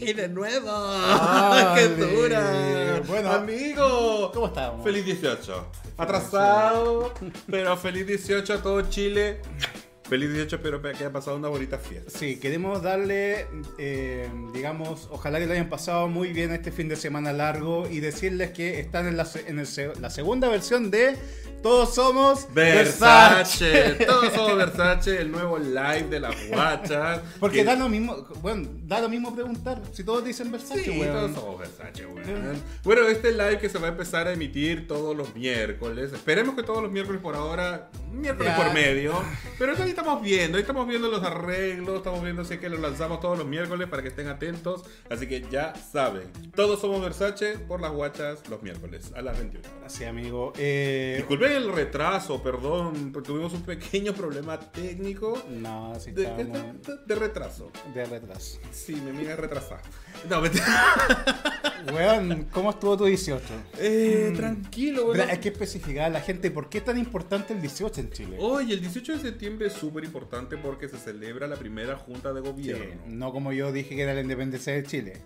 Y de nuevo. Ay, ¡Qué dura! Eh, bueno. amigo. ¿Cómo estábamos? Feliz 18. Atrasado, pero feliz 18 a todo Chile. Feliz 18, espero que haya pasado una bonita fiesta. Sí, queremos darle, eh, digamos, ojalá que lo hayan pasado muy bien este fin de semana largo y decirles que están en la, se- en el se- la segunda versión de Todos Somos Versace, todos somos Versace, el nuevo live de las guachas. Porque Que- da lo mismo, bueno, da lo mismo preguntar. Si todos dicen Versace, Sí, weón. todos somos Versace, weón. Bueno, este live que se va a empezar a emitir todos los miércoles. Esperemos que todos los miércoles por ahora, miércoles Ya. por medio. Pero ahí estamos viendo, ahí estamos viendo los arreglos, estamos viendo si es que lo lanzamos todos los miércoles para que estén atentos. Así que ya saben, todos somos Versace por las guachas los miércoles a las 21 horas. Así, amigo. Eh, Disculpen el retraso, perdón, porque tuvimos un pequeño problema técnico no, si de, estamos de- de retraso. de retraso. Sí, mi amiga es retrasada. No, mentira. Weón, ¿cómo estuvo tu 18? Eh, tranquilo, Pero weón. Hay que especificar a la gente por qué es tan importante el 18 en Chile. Hoy, el 18 de septiembre es súper importante porque se celebra la primera junta de Sí, gobierno. no como yo dije que era la independencia de Chile.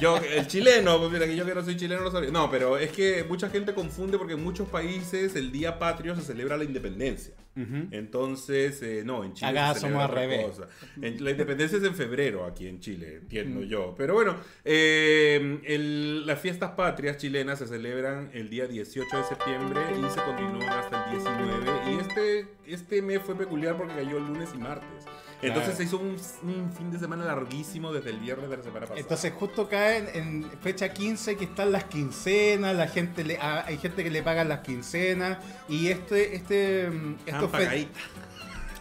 Yo, el chileno, pues mira que yo que no soy chileno no sabía. No, pero es que mucha gente confunde porque en muchos países el Día Patrio se celebra la independencia. Entonces, eh, no, en Chile Acá se somos celebra al otra revés. cosa. En- la independencia es en febrero aquí en Chile, entiendo yo. Pero bueno, eh, el- las fiestas patrias chilenas se celebran el día 18 de septiembre y se continúan hasta el 19. Y este, este mes fue peculiar porque cayó lunes y martes. Entonces Claro. se hizo un, un fin de semana larguísimo desde el viernes de la semana pasada. Entonces justo caen en fecha 15 que están las quincenas, la gente le, a- hay gente que le pagan las quincenas y este este mm, Están fe- pagaditas.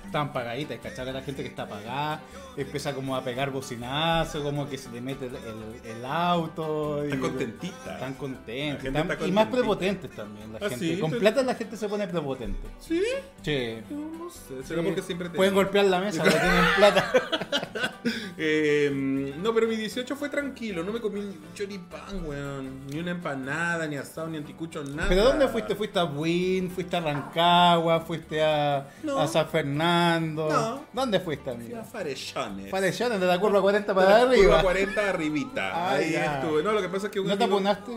están pagaditas, ¿cachai? A la gente que está pagada empieza como a pegar bocinazo, como que se le mete el, el- el auto. Están y- contentitas. Están La contentos. gente están- está y más contentita. prepotentes también. La Ah, gente. sí, Con tú- plata la gente se pone prepotente. ¿Sí? Che. No, no sé. Será porque siempre te... Pueden golpear la mesa, pero tienen plata. Eh, no, pero mi 18 fue tranquilo. No me comí ni un choripán, weón. Ni una empanada, ni asado, ni anticucho, nada. ¿Pero dónde fuiste? ¿Fuiste a Buin? ¿Fuiste a Rancagua? ¿Fuiste a, No. a San Fernando? No. ¿Dónde fuiste, Fui amigo? a Farechones. Parecieron de la curva 40 para Curva arriba. 40 arribita. Ah, Ahí ya. estuve. No, lo que pasa es que un ¿No te amigo- apunaste?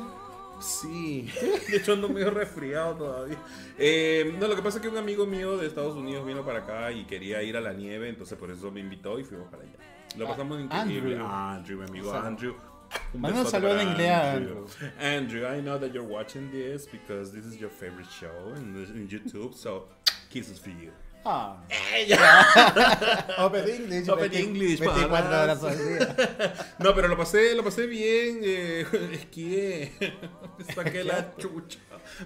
Sí, de hecho ando medio resfriado todavía. Eh, no, lo que pasa es que un amigo mío de Estados Unidos vino para acá y quería ir a la nieve, entonces por eso me invitó y fuimos para allá. Lo Ah, pasamos increíble. Ah, Andrew. Andrew, mi amigo O sea, Andrew. manda un besote saludo para en inglés a Andrew, I know that you're watching this because this is your favorite show in, in YouTube, so kisses for you. Ah. Open English. Open 20 English, 24 panas. horas al día. No, pero lo pasé, lo pasé bien, eh, esquié, saqué la chucha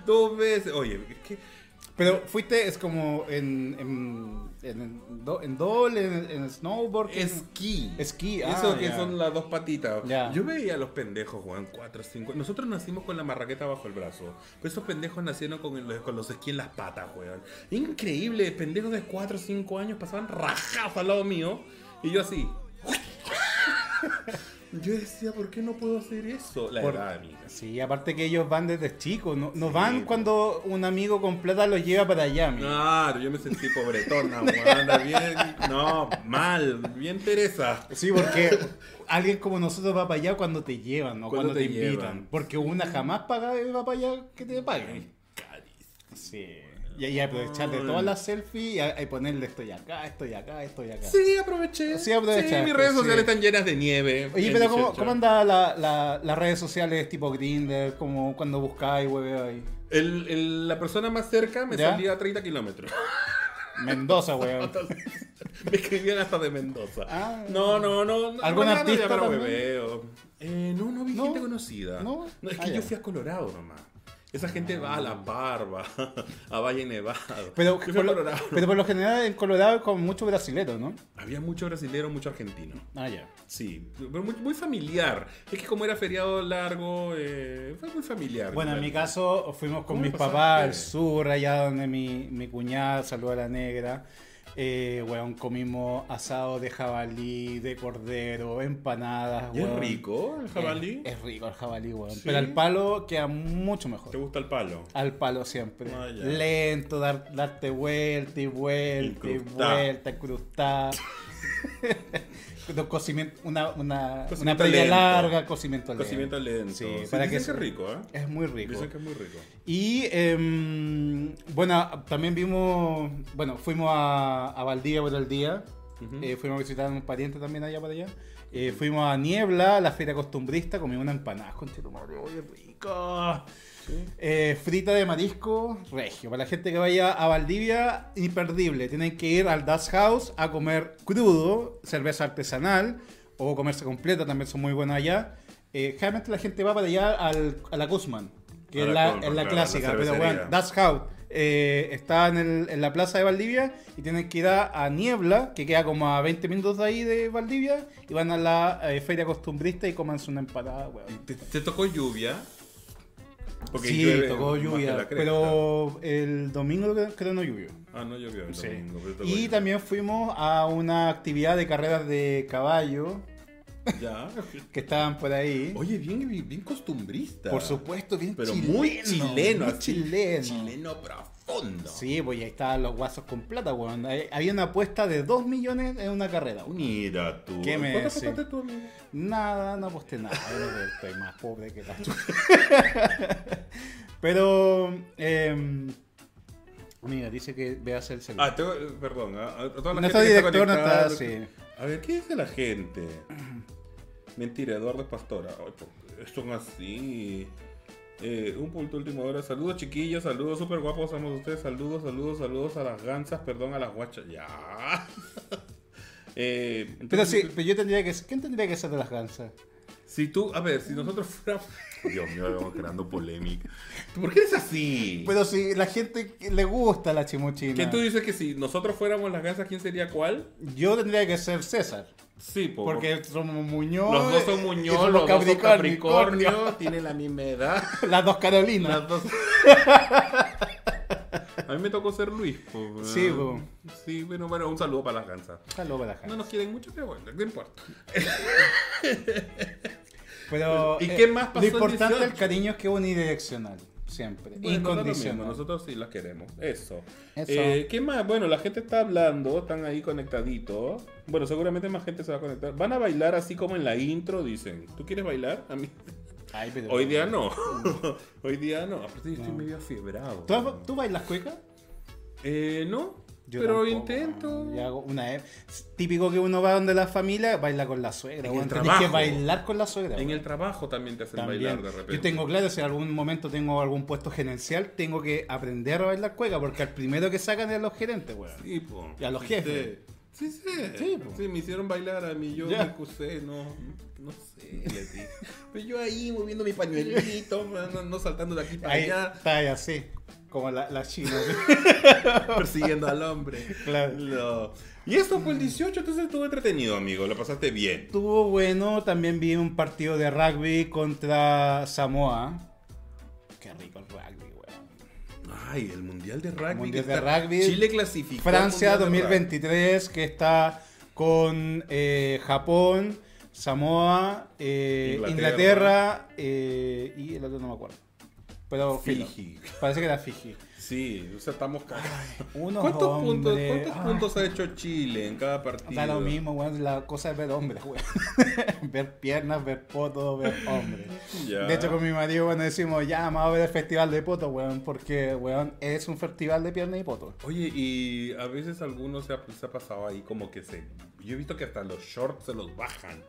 dos veces. Oye, es que Pero fuiste, es como en, en, en, en, do- en doble, en, en snowboard. ¿qué? Esquí. Esquí, ah, Eso que ya. son las dos patitas. Ya. Yo veía a los pendejos, Juan, 4, 5. Nosotros nacimos con la marraqueta bajo el brazo. Pero esos pendejos nacieron con, el- con los esquí en las patas, weón. Increíble. Pendejos de 4, 5 años pasaban rajados al lado mío. Y yo así. Yo decía, ¿por qué no puedo hacer eso? La Por- edad, amigas. Sí, aparte que ellos van desde chicos, no, no Sí, van po. cuando un amigo con plata los lleva para allá. amigo. Claro, yo me sentí pobretona, weón. anda Bien, no, mal, bien Teresa. Sí, porque alguien como nosotros va para allá cuando te llevan o cuando, Cuando te te, invitan. llevan. Porque una jamás paga y va para allá que te paguen. Cádiz. Sí. Y ahí aprovechar de Ay. todas las selfies y, a- y ponerle estoy acá, estoy acá, estoy acá. Sí, aproveché. Sí, aprovechaste, Sí, mis redes sociales sí. están llenas de nieve. Oye, El pero ¿cómo, 18. cómo andaban la- la- las redes sociales tipo Grindr? Como cuando buscáis, ahí. El- el- la persona más cerca me ¿Ya? salía a 30 kilómetros. Mendoza, weón. me escribían hasta de Mendoza. Ah. no, no, no. no, ¿Algún no, no, artista ya, pero también? hueveo. Eh, no, no vi No. gente conocida. No. es Ah, que ya. Ah. yo fui a Colorado nomás. Esa gente va a La Barba, a Valle Nevado. Pero Yo fui por, a lo, Colorado. pero por lo general en Colorado es como mucho brasileño, ¿no? Había mucho brasilero, mucho argentino. Ah, ya. Sí, pero muy, muy familiar. Es que como era feriado largo, eh, fue muy familiar. Bueno, en mi caso fuimos con ¿Cómo mis pasaste? papás al sur, allá donde mi, mi cuñada saludó a la negra. Eh, weón, comimos asado de jabalí, de cordero, empanadas, ¿Y es weón. rico el jabalí? Es, es rico el jabalí, weón. Sí. Pero al palo queda mucho ¿Te mejor. gusta el palo? Al palo siempre. Ah, ya. Lento, dar- darte vuelta y vuelta y Incrustá. vuelta, crustar. Dos cocimi- una, una, Cocimiento una previa lento. larga, cocimiento lento. Cocimiento lento. Sí, para para dicen que, que se- es rico, ¿eh? Es muy rico. Dicen que es muy rico. Y em, bueno, también vimos, bueno, fuimos a, a Valdivia por el día, Ujú. Eh, fuimos a visitar a un pariente también allá para allá, Eh, fuimos a Niebla, a la feria costumbrista, comimos una empanada con madre, oye, rico. Sí. Eh, frita de marisco, regio. Para la gente que vaya a Valdivia, imperdible. Tienen que ir al Das House a comer crudo, cerveza artesanal o comerse completa, también son muy buenos allá. Eh, generalmente la gente va para allá al- a la Guzmán, que A es la la, Guzmán, es la claro, clásica, la pero bueno, cervecería. Das House. eh, está en, el- en la plaza de Valdivia y tienen que ir a, a Niebla, que queda como a 20 minutos de ahí de Valdivia, y van a la eh, feria costumbrista y comanse una empanada, weón. ¿Te, te tocó lluvia? sí, llueve tocó más que lluvia, la cresta. pero el domingo creo- creo no llovió. Ah, no llovió el Sí. domingo, pero tocó Y lluvia. también fuimos a una actividad de carreras de caballo Ya. que estaban por ahí. Oye, bien, bien, bien costumbrista. por supuesto, bien Pero chileno. muy chileno. muy así, chileno. Chileno profundo. Sí, pues y ahí estaban los guasos con plata, weón. Ahí- Había una apuesta de 2 millones en una carrera. weón. Mira tú. ¿Qué me ¿Cuánto decís? sacaste tú, amigo? Nada, no aposté nada. yo estoy más pobre que la chucha. Pero, eh, mira, dice que veas el celular. Ah, tengo, perdón. A, a toda la Nuestro gente que director no está, conectada. sí. A ver, ¿qué dice la gente? Mentira, Eduardo es pastora. Ay, po- son así. Eh, un punto último hora. Saludos, chiquillos. Saludos, súper guapos. Somos ustedes. Saludos, saludos, saludos a las gansas. Perdón, a las guachas. Ya. Eh, Pero entonces, sí, pero yo tendría que. ¿Quién tendría que ser de las gansas? Si tú, a ver, si nosotros fuéramos. Dios mío, vamos creando polémica. ¿Por qué eres así? Pero si la gente que le gusta la chimuchina. ¿Quién tú dices que si nosotros fuéramos las gansas, quién sería cuál? Yo tendría que ser César. Sí, po- Porque somos Muñoz. Los dos y son Muñoz, somos los dos son Capricornio, Capricornio, tienen la misma edad. Las dos Carolinas. Las dos. A mí me tocó ser Luis. po, weón. Sí, po. Sí, bueno, bueno, un saludo para las gansas. Saludos para las Ah. No gansas. nos quieren mucho, pero bueno, no importa. Pero. eh, ¿Y qué más pasó Lo el importante del 18? cariño es que es unidireccional. Siempre. Bueno, no da lo mismo, Incondicional. Nosotros sí las queremos. Eso. Eso. Eh, ¿Qué más? Bueno, la gente está hablando, están ahí conectaditos. Bueno, seguramente más gente se va a conectar. Van a bailar así como en la intro, dicen. ¿Tú quieres bailar? A mí. Ay, pero- Hoy día no. Hoy día no. Aparte, yo estoy No. medio afiebrado. ¿Tú, has- tú bailas cueca? Eh, no. Yo pero tampoco, intento. weón. Yo hago una es típico que uno va donde la familia baila con la suegra. En weón. el Tenés que trabajo. bailar con la suegra. En weón. el trabajo también te hacen También. bailar de repente. Yo tengo claro, si en algún momento tengo algún puesto gerencial, tengo que aprender a bailar cueca, porque al primero que sacan es a los gerentes, weón. Sí, po. Y a los jefes. Sí, sí. Sí, Sí, po. me hicieron bailar a mí. Yo Ya. me acusé, no. No sé, les dije. Pero yo ahí moviendo mi pañuelito, no, no saltando de aquí para Ahí allá, está ahí así, como la, la china. persiguiendo al hombre. Claro. Lo- Y esto fue el 18, entonces estuvo entretenido, amigo. Lo pasaste bien. Estuvo bueno, también vi un partido de rugby contra Samoa. Qué rico el rugby, weón. Ay, el mundial de rugby. Mundial que de está- rugby. Chile clasificó. al Francia Mundial de 2023, que está con eh, Japón, Samoa, eh, Inglaterra, Inglaterra. eh, y el otro no me acuerdo. Pero filo. Fiji. Parece que era Fiji. rugby. Sí, o sea, estamos cagados. Unos ¿Cuántos, puntos, hombres- ¿cuántos Ay, puntos ha hecho Chile en cada partido? Da lo mismo, weón. La cosa es ver hombres, weón. ver piernas, ver potos, ver hombres. Ya. De hecho, con mi marido, bueno, decimos, ya, vamos a ver el festival de potos, weón. Porque, weón, es un festival de piernas y potos. Oye, y a veces algunos se ha, se ha pasado ahí como que se... Yo he visto que hasta los shorts se los bajan.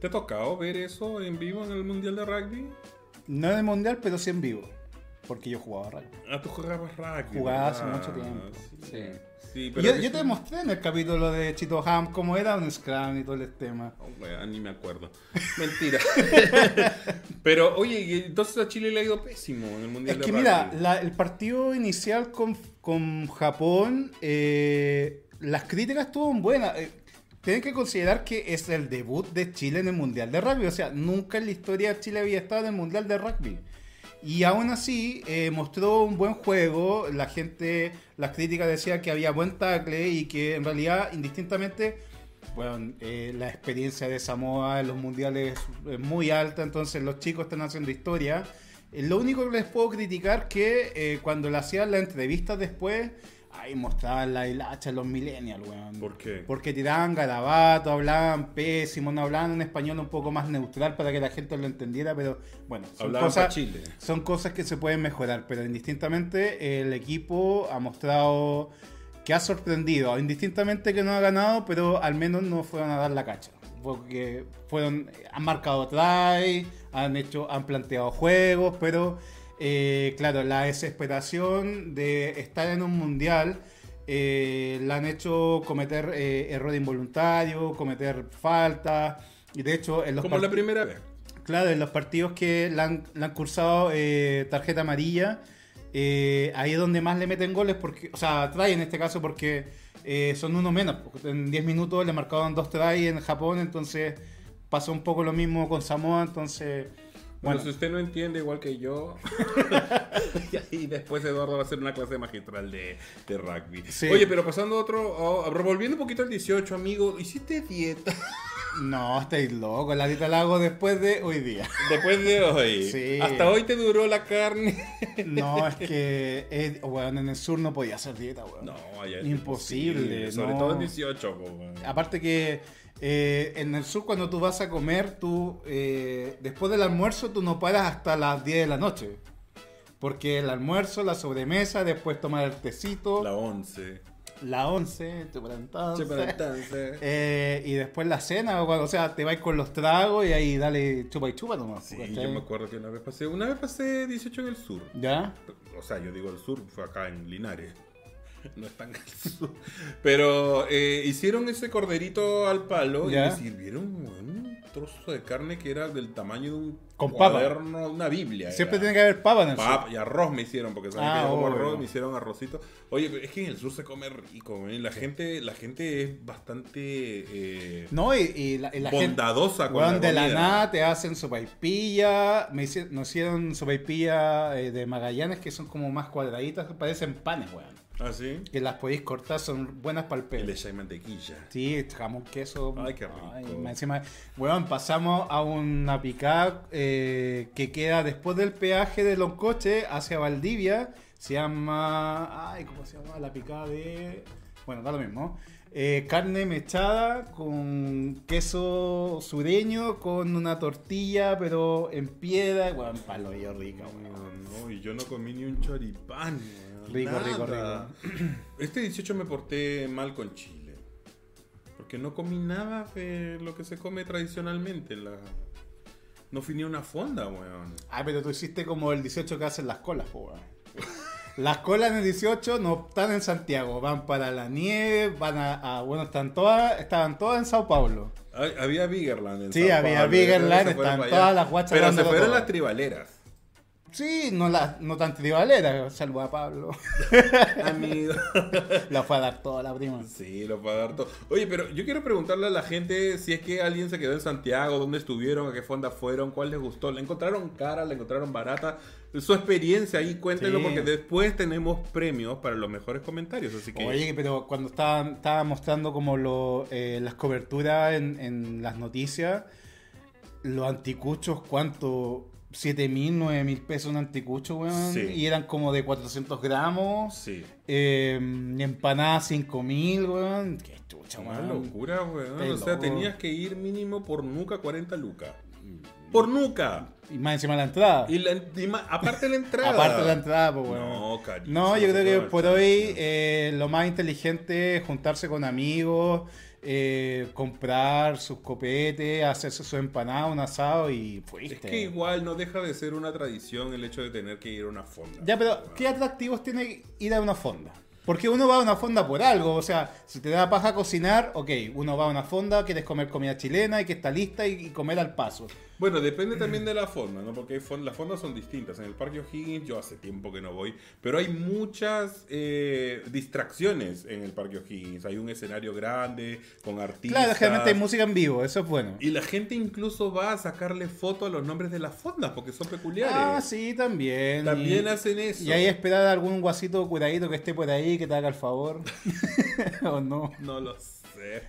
¿Te ha tocado ver eso en vivo en el Mundial de Rugby? No en el mundial, pero sí en vivo. Porque yo jugaba rugby. Ah, tú jugabas rugby. Jugaba ¿verdad? Ah, hace mucho tiempo, sí. Sí, pero... Yo, a yo veces- te mostré en el capítulo de Chito Ham cómo era un Scrum y todo el tema. Oh, wea, ni me acuerdo. Mentira. pero, oye, y entonces a Chile le ha ido pésimo en el Mundial Es de que Rugby. mira, la- el partido inicial con, con Japón, eh, las críticas estuvieron buenas. Eh, tienen que considerar que es el debut de Chile en el Mundial de Rugby. O sea, nunca en la historia de Chile había estado en el Mundial de Rugby. Y aún así eh, mostró un buen juego. La gente, las críticas decían que había buen tackle y que en realidad, indistintamente, bueno, eh, la experiencia de Samoa en los mundiales es muy alta, entonces los chicos están haciendo historia. Eh, lo único que les puedo criticar que eh, cuando le hacían las entrevistas después, ahí mostraban la hilacha los millennials, weón. ¿Por qué? Porque tiraban garabato, hablaban pésimo, no hablaban un español un poco más neutral para que la gente lo entendiera, pero bueno, son Hablaban pa' cosas, Chile. son cosas que se pueden mejorar, pero indistintamente el equipo ha mostrado que ha sorprendido, indistintamente que no ha ganado, pero al menos no fueron a dar la cacha. Porque fueron, han marcado try, han hecho, han planteado juegos, pero eh, claro, la desesperación de estar en un mundial eh, la han hecho cometer eh, error involuntario, cometer faltas. Y de hecho, en los Como la part- primera vez. Claro, en los partidos que le han, le han cursado eh, tarjeta amarilla, eh, ahí es donde más le meten goles, porque, o sea, try en este caso, porque eh, son uno menos. porque En 10 minutos le marcaban dos try en Japón, entonces pasó un poco lo mismo con Samoa, entonces. Bueno, Bueno, si usted no entiende igual que yo, y ahí después Eduardo va a hacer una clase magistral de, de rugby. Sí. Oye, pero pasando a otro, oh, revolviendo un poquito al 18, amigo, ¿hiciste dieta? no, estáis locos, la dieta la hago después de hoy día. Después de hoy. Sí. Hasta hoy te duró la carne. No, es que, eh, weón, en el sur no podía hacer dieta, weón. No, ya es Imposible, Sobre no. todo en 18, po, weón. Aparte que eh, en el sur cuando tú vas a comer, tú eh, después del almuerzo tú no paras hasta las 10 de la noche. Porque el almuerzo, la sobremesa, después tomar el tecito, La la, 11. 11, te para entonces, Che, pero entonces- eh, y después la cena, o cuando- o sea, te vas con los tragos y ahí dale chupa y chupa nomás. Eh, Sí, ¿cachai? yo me acuerdo que una vez pasé, una vez pasé 18 en el sur. ¿Ya? O sea, yo digo el sur, fue acá en Linares. No es tan al sur. Pero eh, hicieron ese corderito al palo Ya. y me sirvieron un trozo de carne que era del tamaño de un Con papa. cuaderno, una Biblia. Siempre era. tiene que haber papa en el Pap- sur. y arroz me hicieron, porque saben Ah, que yo como obvio. arroz, me hicieron arrocito. Oye, pero es que en el sur se come rico, güey. La gente, la gente es bastante eh, No, y, y la, y la gente... bondadosa con Weón, la de la comida. nada te hacen sopaipilla. Me hici- nos hicieron sopaipilla eh, de Magallanes que son como más cuadraditas, que parecen panes, weón. ¿Ah, sí? Que las podéis cortar, son buenas para el Y pelo. le echan mantequilla. Sí, jamón, queso. Ay, qué rico. más encima, weón, pasamos a una picada que queda después del peaje de los coches hacia Valdivia. Se llama. Ay, ¿cómo se llama? La picada de. Bueno, da lo mismo. Eh, carne mechada con queso sureño, con una tortilla, pero en piedra. Weón, palo yo rica, weón. No, no, y yo no comí ni un choripán. weón, Rico, rico, nada. Este 18 me porté mal con Chile. Porque no comí nada de lo que se come tradicionalmente. La... No fui ni a una fonda, weón. Ah, pero tú hiciste como el 18 que hacen las colas, po, weón. Las colas en el 18 no están en Santiago, van para la nieve, van a, a- bueno, están todas, estaban todas en Sao Paulo. Hay- Había Bigerland en Sí, Sao había Paulo, Bigerland, creo que se fueron estaban para todas allá. las guachas Pero se dándolo fueron todo. las tribaleras. Sí, no las, no tan tribaleras, salvo a Pablo. Amigo. La fue a dar toda la prima. Sí, lo va a dar todo. Oye, pero yo quiero preguntarle a la gente si es que alguien se quedó en Santiago, dónde estuvieron, a qué fonda fueron, cuál les gustó. ¿La encontraron cara? ¿La encontraron barata? Su experiencia ahí, cuéntenlo, Sí. porque después tenemos premios para los mejores comentarios. Así que. Oye, pero cuando estaban, estaba mostrando como lo, eh, las coberturas en, en las noticias, los anticuchos, ¿cuánto? ¿7 mil, 9 mil pesos un anticucho, weón? Sí. Y eran como de 400 gramos. sí. Eh, empanadas 5000, weón. Qué chucha, Una weón. locura, weón. Qué O sea, loco. tenías que ir mínimo por nuca 40 lucas. Mm. Por nuca. Y más encima la entrada. Y, la- y ma- aparte la entrada. Aparte de la entrada, pues, weón. No, carísimo. No, yo creo que weón. por hoy eh, lo más inteligente es juntarse con amigos, eh, comprar sus copetes, hacerse su empanada, un asado y fuiste. Es que igual no deja de ser una tradición el hecho de tener que ir a una fonda. Ya, pero weón. ¿qué atractivos tiene ir a una fonda? Porque uno va a una fonda por algo, o sea, si te da paja cocinar, ok, uno va a una fonda, quieres comer comida chilena y que está lista y- y comer al paso. Bueno, depende también de la fonda, ¿no? Porque hay fon- las fondas son distintas. En el Parque O'Higgins yo hace tiempo que no voy, pero hay muchas eh, distracciones en el Parque O'Higgins. Hay un escenario grande con artistas. Claro, generalmente hay música en vivo, eso es bueno. Y la gente incluso va a sacarle foto a los nombres de las fondas porque son peculiares. Ah, sí, también. También y, hacen eso. Y ahí esperar a algún guasito curadito que esté por ahí, que te haga el favor. o no. No lo sé. sé.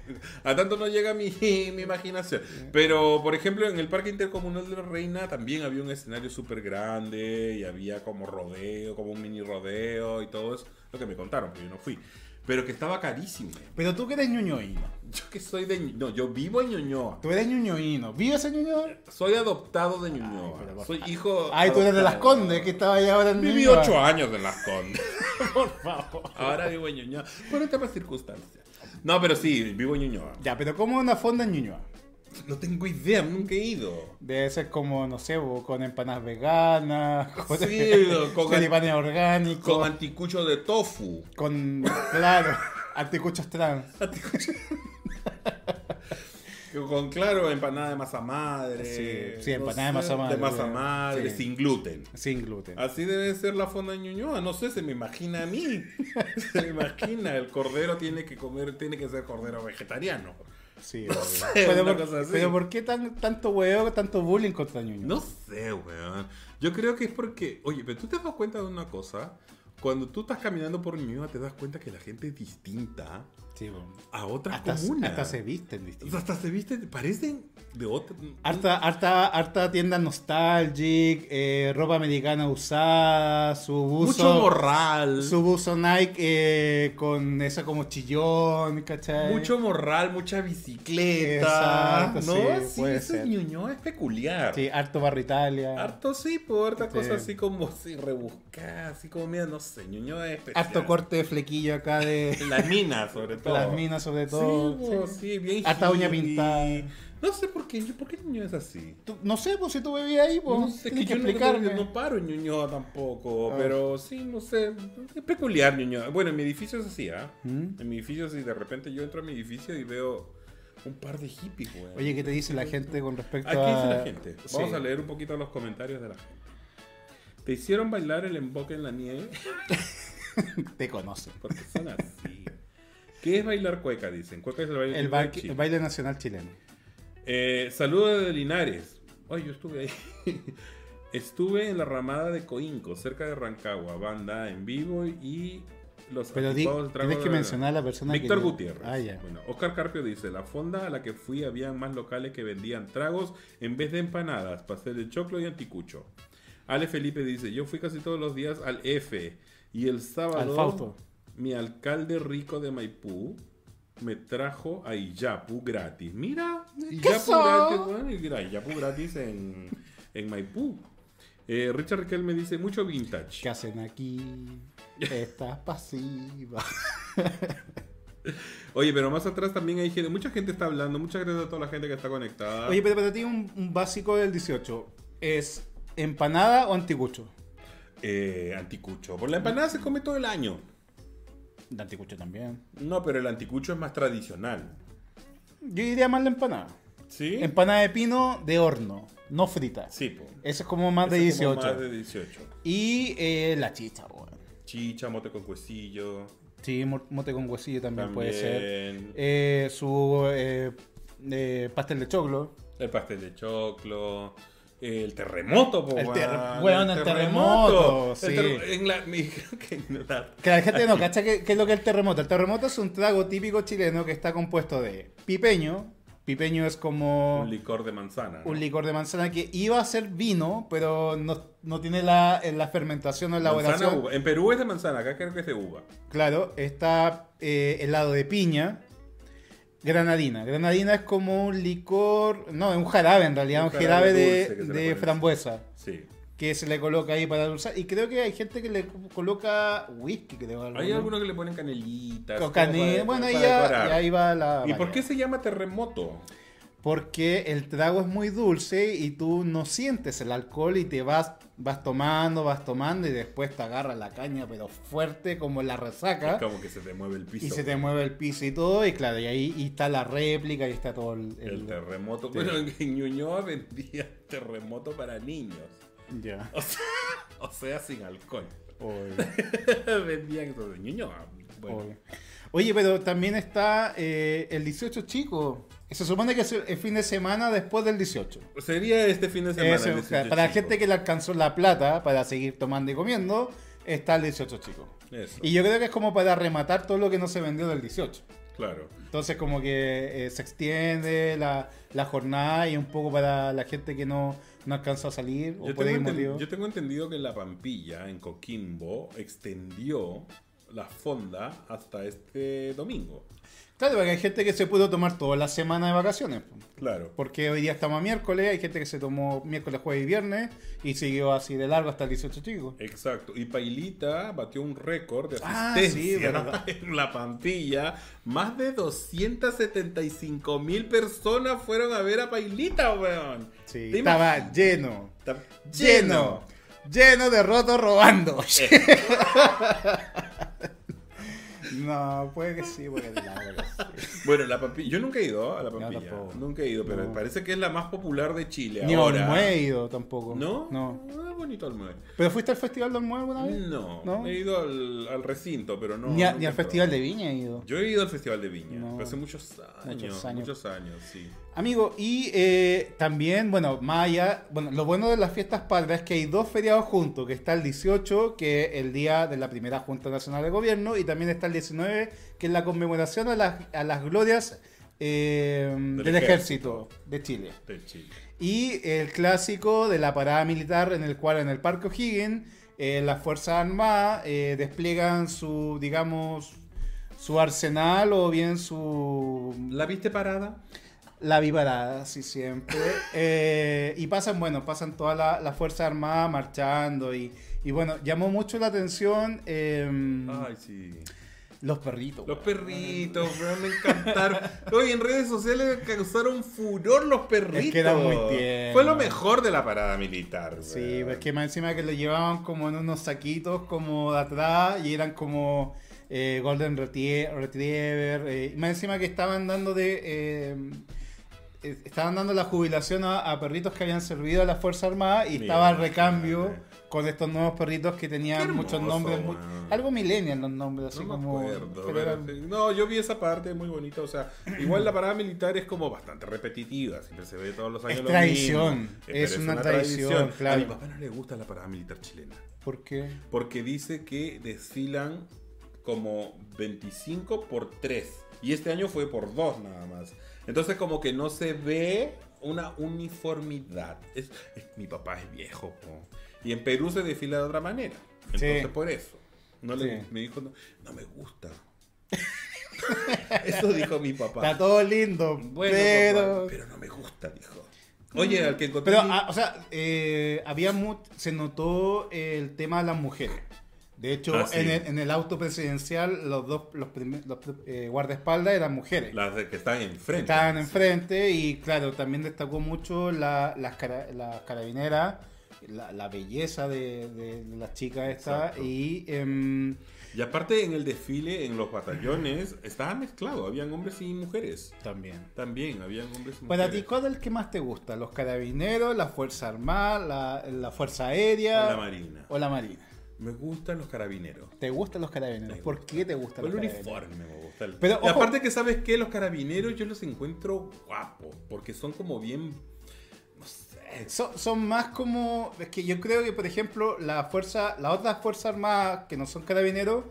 A tanto no llega mi, mi imaginación. Pero, por ejemplo, en el Parque Intercomunal de la Reina también había un escenario súper grande y había como rodeo, como un mini rodeo y todo eso. Lo que me contaron, pero yo no fui. Pero que estaba carísimo. Pero tú que eres ñoñoíno. Yo que soy de... Ñu- No, yo vivo en Ñuñoa. Tú eres ñoñoíno. ¿Vives en ñoñoa? Soy adoptado de Ay, pero Ñuñoa. por- Soy hijo... Ay, tú eres de las adoptado. Condes, que estaba allá ahora en Viví Ñuñoa. ocho años en Las Condes. Por favor. Ahora vivo en Ñuñoa. Por otras circunstancias. No, pero sí, vivo en Ñuñoa. Ya, pero ¿cómo es una fonda en Ñuñoa? No tengo idea, nunca he ido. Debe ser como, no sé, bo, con empanadas veganas, con, Sí, bo, con- choripanes orgánicos, Con con, anticucho de tofu. claro, anticuchos trans. Con, claro, empanada de masa madre. Sí, sí, empanada de sé, masa madre, De masa güey. madre, Sí. sin gluten. Sin gluten. Así debe ser la fonda de Ñuñoa, no sé, se me imagina a mí. Se me imagina, el cordero tiene que comer, tiene que ser cordero vegetariano. Sí, obvio. sé, pero, una por, cosa así. pero ¿por qué tan, tanto huevo, tanto bullying contra Ñuñoa? No sé, weón. Yo creo que es porque. Oye, pero tú te das cuenta de una cosa. Cuando tú estás caminando por Ñuñoa, te das cuenta que la gente es distinta Sí, bo. a otras hasta, comunas. hasta se visten O distintos. sea, hasta se visten, parecen de otra. Harta, harta, harta tienda nostalgic, eh, ropa americana usada, su buzo. mucho morral. Su buzo Nike eh, con esa como chillón, ¿cachai? Mucho morral, mucha bicicleta. Exacto, ¿No? sí, Sí, puede eso ser. es Ñuñoa es peculiar. Sí, harto barro Italia. Harto, Harto sí, por harta Sí. cosa así como así rebuscada, así como mira, no sé, Ñuñoa es especial. corte de flequillo acá de Las minas, sobre todo. las minas sobre Sí, todo. bo, sí, bien Hasta uña hippie. pintada. No sé por qué, yo- ¿por qué Ñuñoa es así? Tú- no sé, pues si tú vivías ahí, pues No sé, tienes que que yo no- explicarme. no, paro en Ñuñoa tampoco, Ah. pero sí, no sé, es peculiar Ñuñoa. Bueno, en mi edificio es así, ¿ah? ¿Mm? En mi edificio sí, de repente yo entro a mi edificio y veo un par de hippies, güey. Oye, ¿qué te dice la gente con ¿A respecto ¿qué a...? dice la gente? Sí. Vamos a leer un poquito los comentarios de la gente. ¿Te hicieron bailar el emboque en la nieve? Te conocen. Porque son así. ¿Qué es bailar cueca? Dicen. Cueca es el baile El, típico de ba- Chile. el baile nacional chileno. Eh, saludos de Linares. Ay, yo estuve ahí. Estuve en la ramada de Coinco, cerca de Rancagua, banda en vivo y los Pero di, anticuados del trago tienes que de- mencionar a la persona Víctor que... Gutiérrez. Ah, ya. Bueno, Oscar Carpio dice, la fonda a la que fui había más locales que vendían tragos en vez de empanadas, pastel de choclo y anticucho. Ale Felipe dice, yo fui casi todos los días al F y el sábado Al Fausto. mi alcalde rico de Maipú me trajo a Iyapu gratis. Mira, Iyapu eso? gratis, bueno, y mira, Iyapu gratis en, en Maipú. Eh, Richard Riquel me dice, mucho vintage. ¿Qué hacen aquí? Estás pasiva. Oye, pero más atrás también hay gente, mucha gente está hablando, muchas gracias a toda la gente que está conectada. Oye, pero para ti un, un básico del 18 es empanada o anticucho. Eh, anticucho. Por la empanada se come todo el año. De anticucho también. No, pero el anticucho es más tradicional. Yo diría más la empanada. ¿Sí? Empanada de pino de horno, no frita. sí, po. Eso es como más de Ese es 18. como Más de 18. Y eh, la chicha, weón. Chicha, mote con cuecillo. Sí, mo- mote con huesillo también, También. puede ser. Eh, su eh, eh, pastel de choclo. El pastel de choclo. El terremoto, po, El weón. terre- weón, el terremoto, El sí. terre- en la- me dijeron que en la- Que la gente no cacha qué qué es lo que es el terremoto. El terremoto es un trago típico chileno que está compuesto de pipeño. Pipeño es como... un licor de manzana. ¿no? un licor de manzana que iba a ser vino, pero no, no tiene la, eh, la fermentación o Manzana, elaboración. uva. En Perú es de manzana, acá creo que es de uva. Claro, está eh, helado de piña, granadina. Granadina es como un licor, no, es un jarabe en realidad, un, Un jarabe, jarabe de, dulce que se de le pone. frambuesa Sí. que se le coloca ahí para dulzar. Y creo que hay gente que le coloca whisky, creo. Hay algunos que le ponen canelitas. Con como canela. para- Bueno, ahí para ya, decorar. ya iba la. ¿Y por variedad. qué se llama terremoto? Porque el trago es muy dulce y tú no sientes el alcohol y te vas, vas tomando, vas tomando y después te agarra la caña, pero fuerte como la resaca. Es como que se te mueve el piso. ¿Ah? Y se te mueve el piso y todo, y claro, y ahí y está la réplica y está todo el. el, el- terremoto. Sí. Bueno, en Ñuñoa vendía terremoto para niños. Ya. O sea, o sea, sin alcohol. Obvio, Vendían eso en Ñuñoa. Bueno. obvio. Oye, pero también está eh, el 18 chico. Se supone que es el el fin de semana después del 18. Sería este fin de semana. Eso, el o sea, 18 para la chico. gente que le alcanzó la plata para seguir tomando y comiendo, está el 18 chico. Eso. Y yo creo que es como para rematar todo lo que no se vendió del 18. Claro. Entonces como que eh, se extiende la, la jornada y un poco para la gente que no, no alcanzó a salir o Yo por tengo, ahí enten- motivo. yo tengo entendido que la Pampilla en Coquimbo extendió la fonda hasta este domingo. Claro, porque hay gente que se pudo tomar toda la semana de vacaciones. po. Claro. Porque hoy día estamos a miércoles, hay gente que se tomó miércoles, jueves y viernes y siguió así de largo hasta el 18 chicos. Exacto. Y Pailita batió un récord de Ah, asistencia sí, verdad. en la Pampilla. Más de 275 mil personas fueron a ver a Pailita, weón. Sí, ¿Te estaba lleno, Está lleno, lleno de rotos robando. Eh. no, puede que sí, puede que no. puede que sí. Bueno, la Pampilla. Yo nunca he ido a la Pampilla. tampoco. nunca he ido, pero No. parece que es la más popular de Chile. Ni a ahora. Olmué he ido tampoco. ¿No? No. Ah, bonito Olmué. ¿Pero fuiste al Festival de Olmué alguna vez? No, ¿No? he ido al, al recinto, pero no. ni, a- nunca ni al he Festival de probado. Viña he ido. Yo he ido al Festival de Viña, No. pero hace muchos años. Muchos Muchos años, años. sí. Amigo, y eh, también, bueno, más allá, bueno, lo bueno de las fiestas patrias es que hay dos feriados juntos, que está el 18, que es el día de la primera Junta Nacional de Gobierno, y también está el 19, que es la conmemoración a las, a las glorias eh, del, ejército ejército. de Chile. De Chile. Y el clásico de la parada militar en el cual en el Parque O'Higgins eh, las Fuerzas Armadas eh, despliegan su, digamos, su arsenal o bien su... ¿La viste parada? La vivarada, así siempre. Eh, y pasan, bueno, pasan todas las la Fuerzas Armadas marchando y, y bueno, llamó mucho la atención em, Ay, sí. los perritos. Los weón. perritos, weón, me encantaron. Oye, en redes sociales causaron furor los perritos. Es que eran muy tiernos. Fue lo mejor de la parada militar. Sí, weón. pues que más encima que lo llevaban como en unos saquitos como de atrás y eran como eh, Golden Retie- Retriever. eh, y más encima que estaban dando de... eh, eh, estaban dando la jubilación a, a perritos que habían servido a la Fuerza Armada y Mira, estaba el recambio imagínate. con estos nuevos perritos que tenían Qué muchos hermoso, nombres. muy- weón. algo millennial los nombres, así no como... me acuerdo, pero pero eran- sí. No, yo vi esa parte muy bonita. O sea, igual la parada militar es como bastante repetitiva. Siempre se ve todos los años. Es lo traición, mismo. es pero una traición, claro. A mi papá no le gusta la parada militar chilena. ¿Por qué? Porque dice que desfilan como 25 por 3. Y este año fue por 2 nada más. Entonces como que no se ve una uniformidad. Es, es- mi papá es viejo. po. Y en Perú se desfila de otra manera. Entonces Sí. por eso. No le, Sí. Me dijo, no, no me gusta. eso dijo mi Está papá. todo lindo, Bueno, pues, pero... papá, pero no me gusta, dijo. Oye, al que encontré... Pero, mi- ah, o sea, eh, había mu- se notó el tema de las mujeres. De hecho, Ah, sí. en, el, en el auto presidencial, los dos los, prim- los, eh, guardaespaldas eran mujeres. las de que están enfrente. Estaban enfrente y, claro, también destacó mucho la, las, cara- las carabineras, la, la belleza de, de- de las chicas estas. Exacto. Y em, Y aparte en el desfile, en los batallones, estaba mezclado, habían hombres y mujeres. también. También habían hombres y Para mujeres. ti, ¿cuál es el que más te gusta? ¿Los carabineros, la Fuerza Armada, la, la Fuerza Aérea O la marina. o la Marina? Me gustan los carabineros. ¿Te gustan los carabineros? Me ¿Por gusta. qué te gustan O el los carabineros? uniforme me gusta. el- Pero, y ojo- aparte que sabes que los carabineros yo los encuentro guapos, porque son como bien... No sé. Son, son más como. Es que yo creo que, por ejemplo, la fuerza, las otras fuerzas armadas que no son carabineros,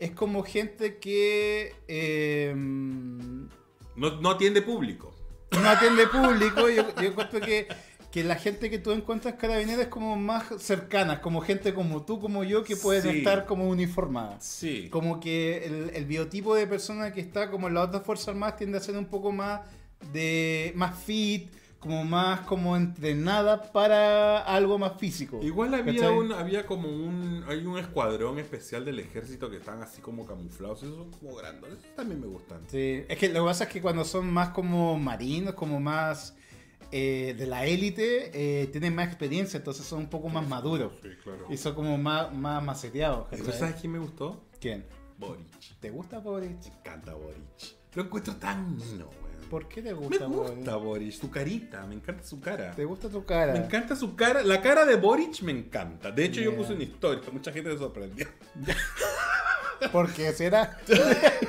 es como gente que eh, no No, no atiende público. atiende público. Yo, yo encuentro que, que la gente que tú encuentras carabineros es como más cercana, como gente como tú, como yo, que pueden Sí. estar como uniformadas. Sí. Como que el, el biotipo de persona que está como en las otras fuerzas armadas tiende a ser un poco más de más fit, como más como entrenada para algo más físico. Igual había ¿Cachai? un, había como un, hay un escuadrón especial del ejército que están así como camuflados, esos son como grandes, esos también me gustan. Sí, Es que lo que pasa es que cuando son más como marinos, como más eh, de la élite, eh, tienen más experiencia, entonces son un poco más maduros. Sí, claro. Y son como más, más maceteados. ¿cachai? Entonces, ¿sabes quién me gustó? ¿Quién? Boric. ¿Te gusta Boric? encanta Boric. Lo encuentro tan mino, weón. ¿Por qué te me gusta, gusta Boric? Boric. Su carita, me encanta su cara. ¿Te gusta tu cara? Me encanta su cara. La cara de Boric me encanta. De hecho, yo Yeah. puse una historia. Mucha gente se sorprendió. Porque será...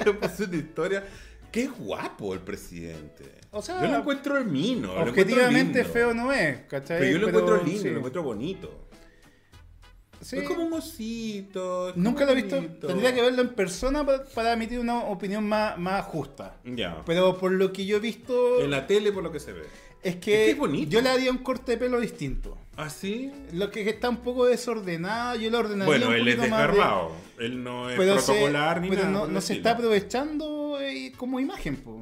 yo puse una historia. Qué guapo el presidente. O sea, yo lo encuentro el mino. Objetivamente lo encuentro lindo. feo no es, ¿cachai? Pero yo lo encuentro lindo, sí. lo encuentro bonito. Sí. Es como un osito. es como Nunca lo he visto. bonito. Tendría que verlo en persona pa- para emitir una opinión más, más justa. Ya. Pero por lo que yo he visto, En la tele, por lo que se ve. es es que que es bonito. yo le haría un corte de pelo distinto. ¿Así? Lo que está un poco desordenado, yo lo ordenaría Bueno, un él es poquito más de- desgarbado. Él no es pero se- protocolar ni pero nada. no, por el no se estilo. está aprovechando eh, como imagen, po.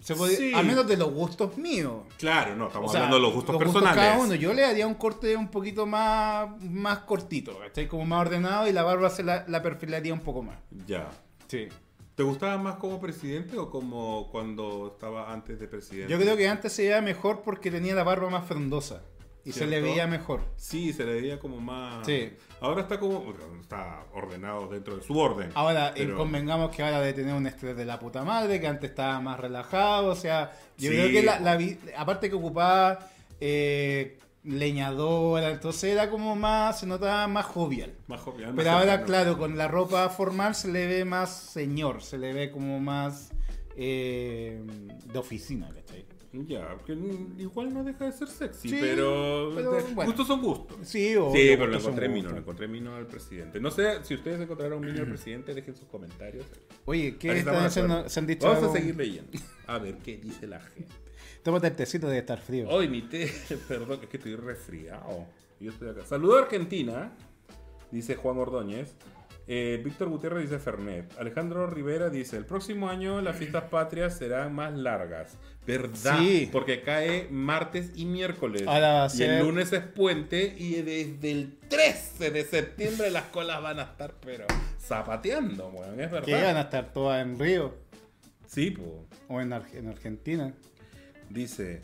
Se puede- Sí. a menos de los gustos míos. Claro, no, estamos O sea, hablando de los gustos personales. cada uno. Yo le haría un corte un poquito más, más cortito, ¿cachai? Como más ordenado y la barba se la, la perfilaría un poco más. Ya. Sí. ¿Te gustaba más como presidente o como cuando estaba antes de presidente? Yo creo que antes se veía mejor porque tenía la barba más frondosa y se le ¿Cierto? veía mejor. Sí, se le veía como más. Sí. Ahora está como. bueno, está ordenado dentro de su orden. Ahora, eh, Pero- convengamos que ahora de tener un estrés de la puta madre, que antes estaba más relajado, o sea, yo Sí. creo que la, la vi- aparte que ocupaba eh, leñadora, entonces era como más, se notaba más jovial. Más jovial, más Pero ahora, cercano. claro, con la ropa formal se le ve más señor, se le ve como más eh, de oficina, ¿cachai? Ya, porque igual no deja de ser sexy, Sí, pero. pero de- bueno. Gustos son gustos. Sí, o Sí, pero lo encontré mino, lo encontré mino al presidente. No sé si ustedes encontraron un mino al presidente, dejen sus comentarios. Oye, ¿qué Para están que estamos de haciendo? acuerdo. Se han dicho. Vamos a algo? seguir leyendo. A ver qué dice la gente. Tómate el tecito de estar frío. Hoy mi té, perdón, es que estoy resfriado. Yo estoy acá. Saludo a Argentina, dice Juan Ordóñez. Eh, Víctor Gutiérrez dice Fernet. Alejandro Rivera dice: el próximo año las fiestas patrias serán más largas. ¿Verdad? Sí. Porque cae martes y miércoles. Ahora va a y ser- el lunes es puente. Y desde el 13 de septiembre las colas van a estar, pero zapateando, weón. Es que van verdad. a estar todas en Río Sí, pues. o en, Ar- en Argentina. Dice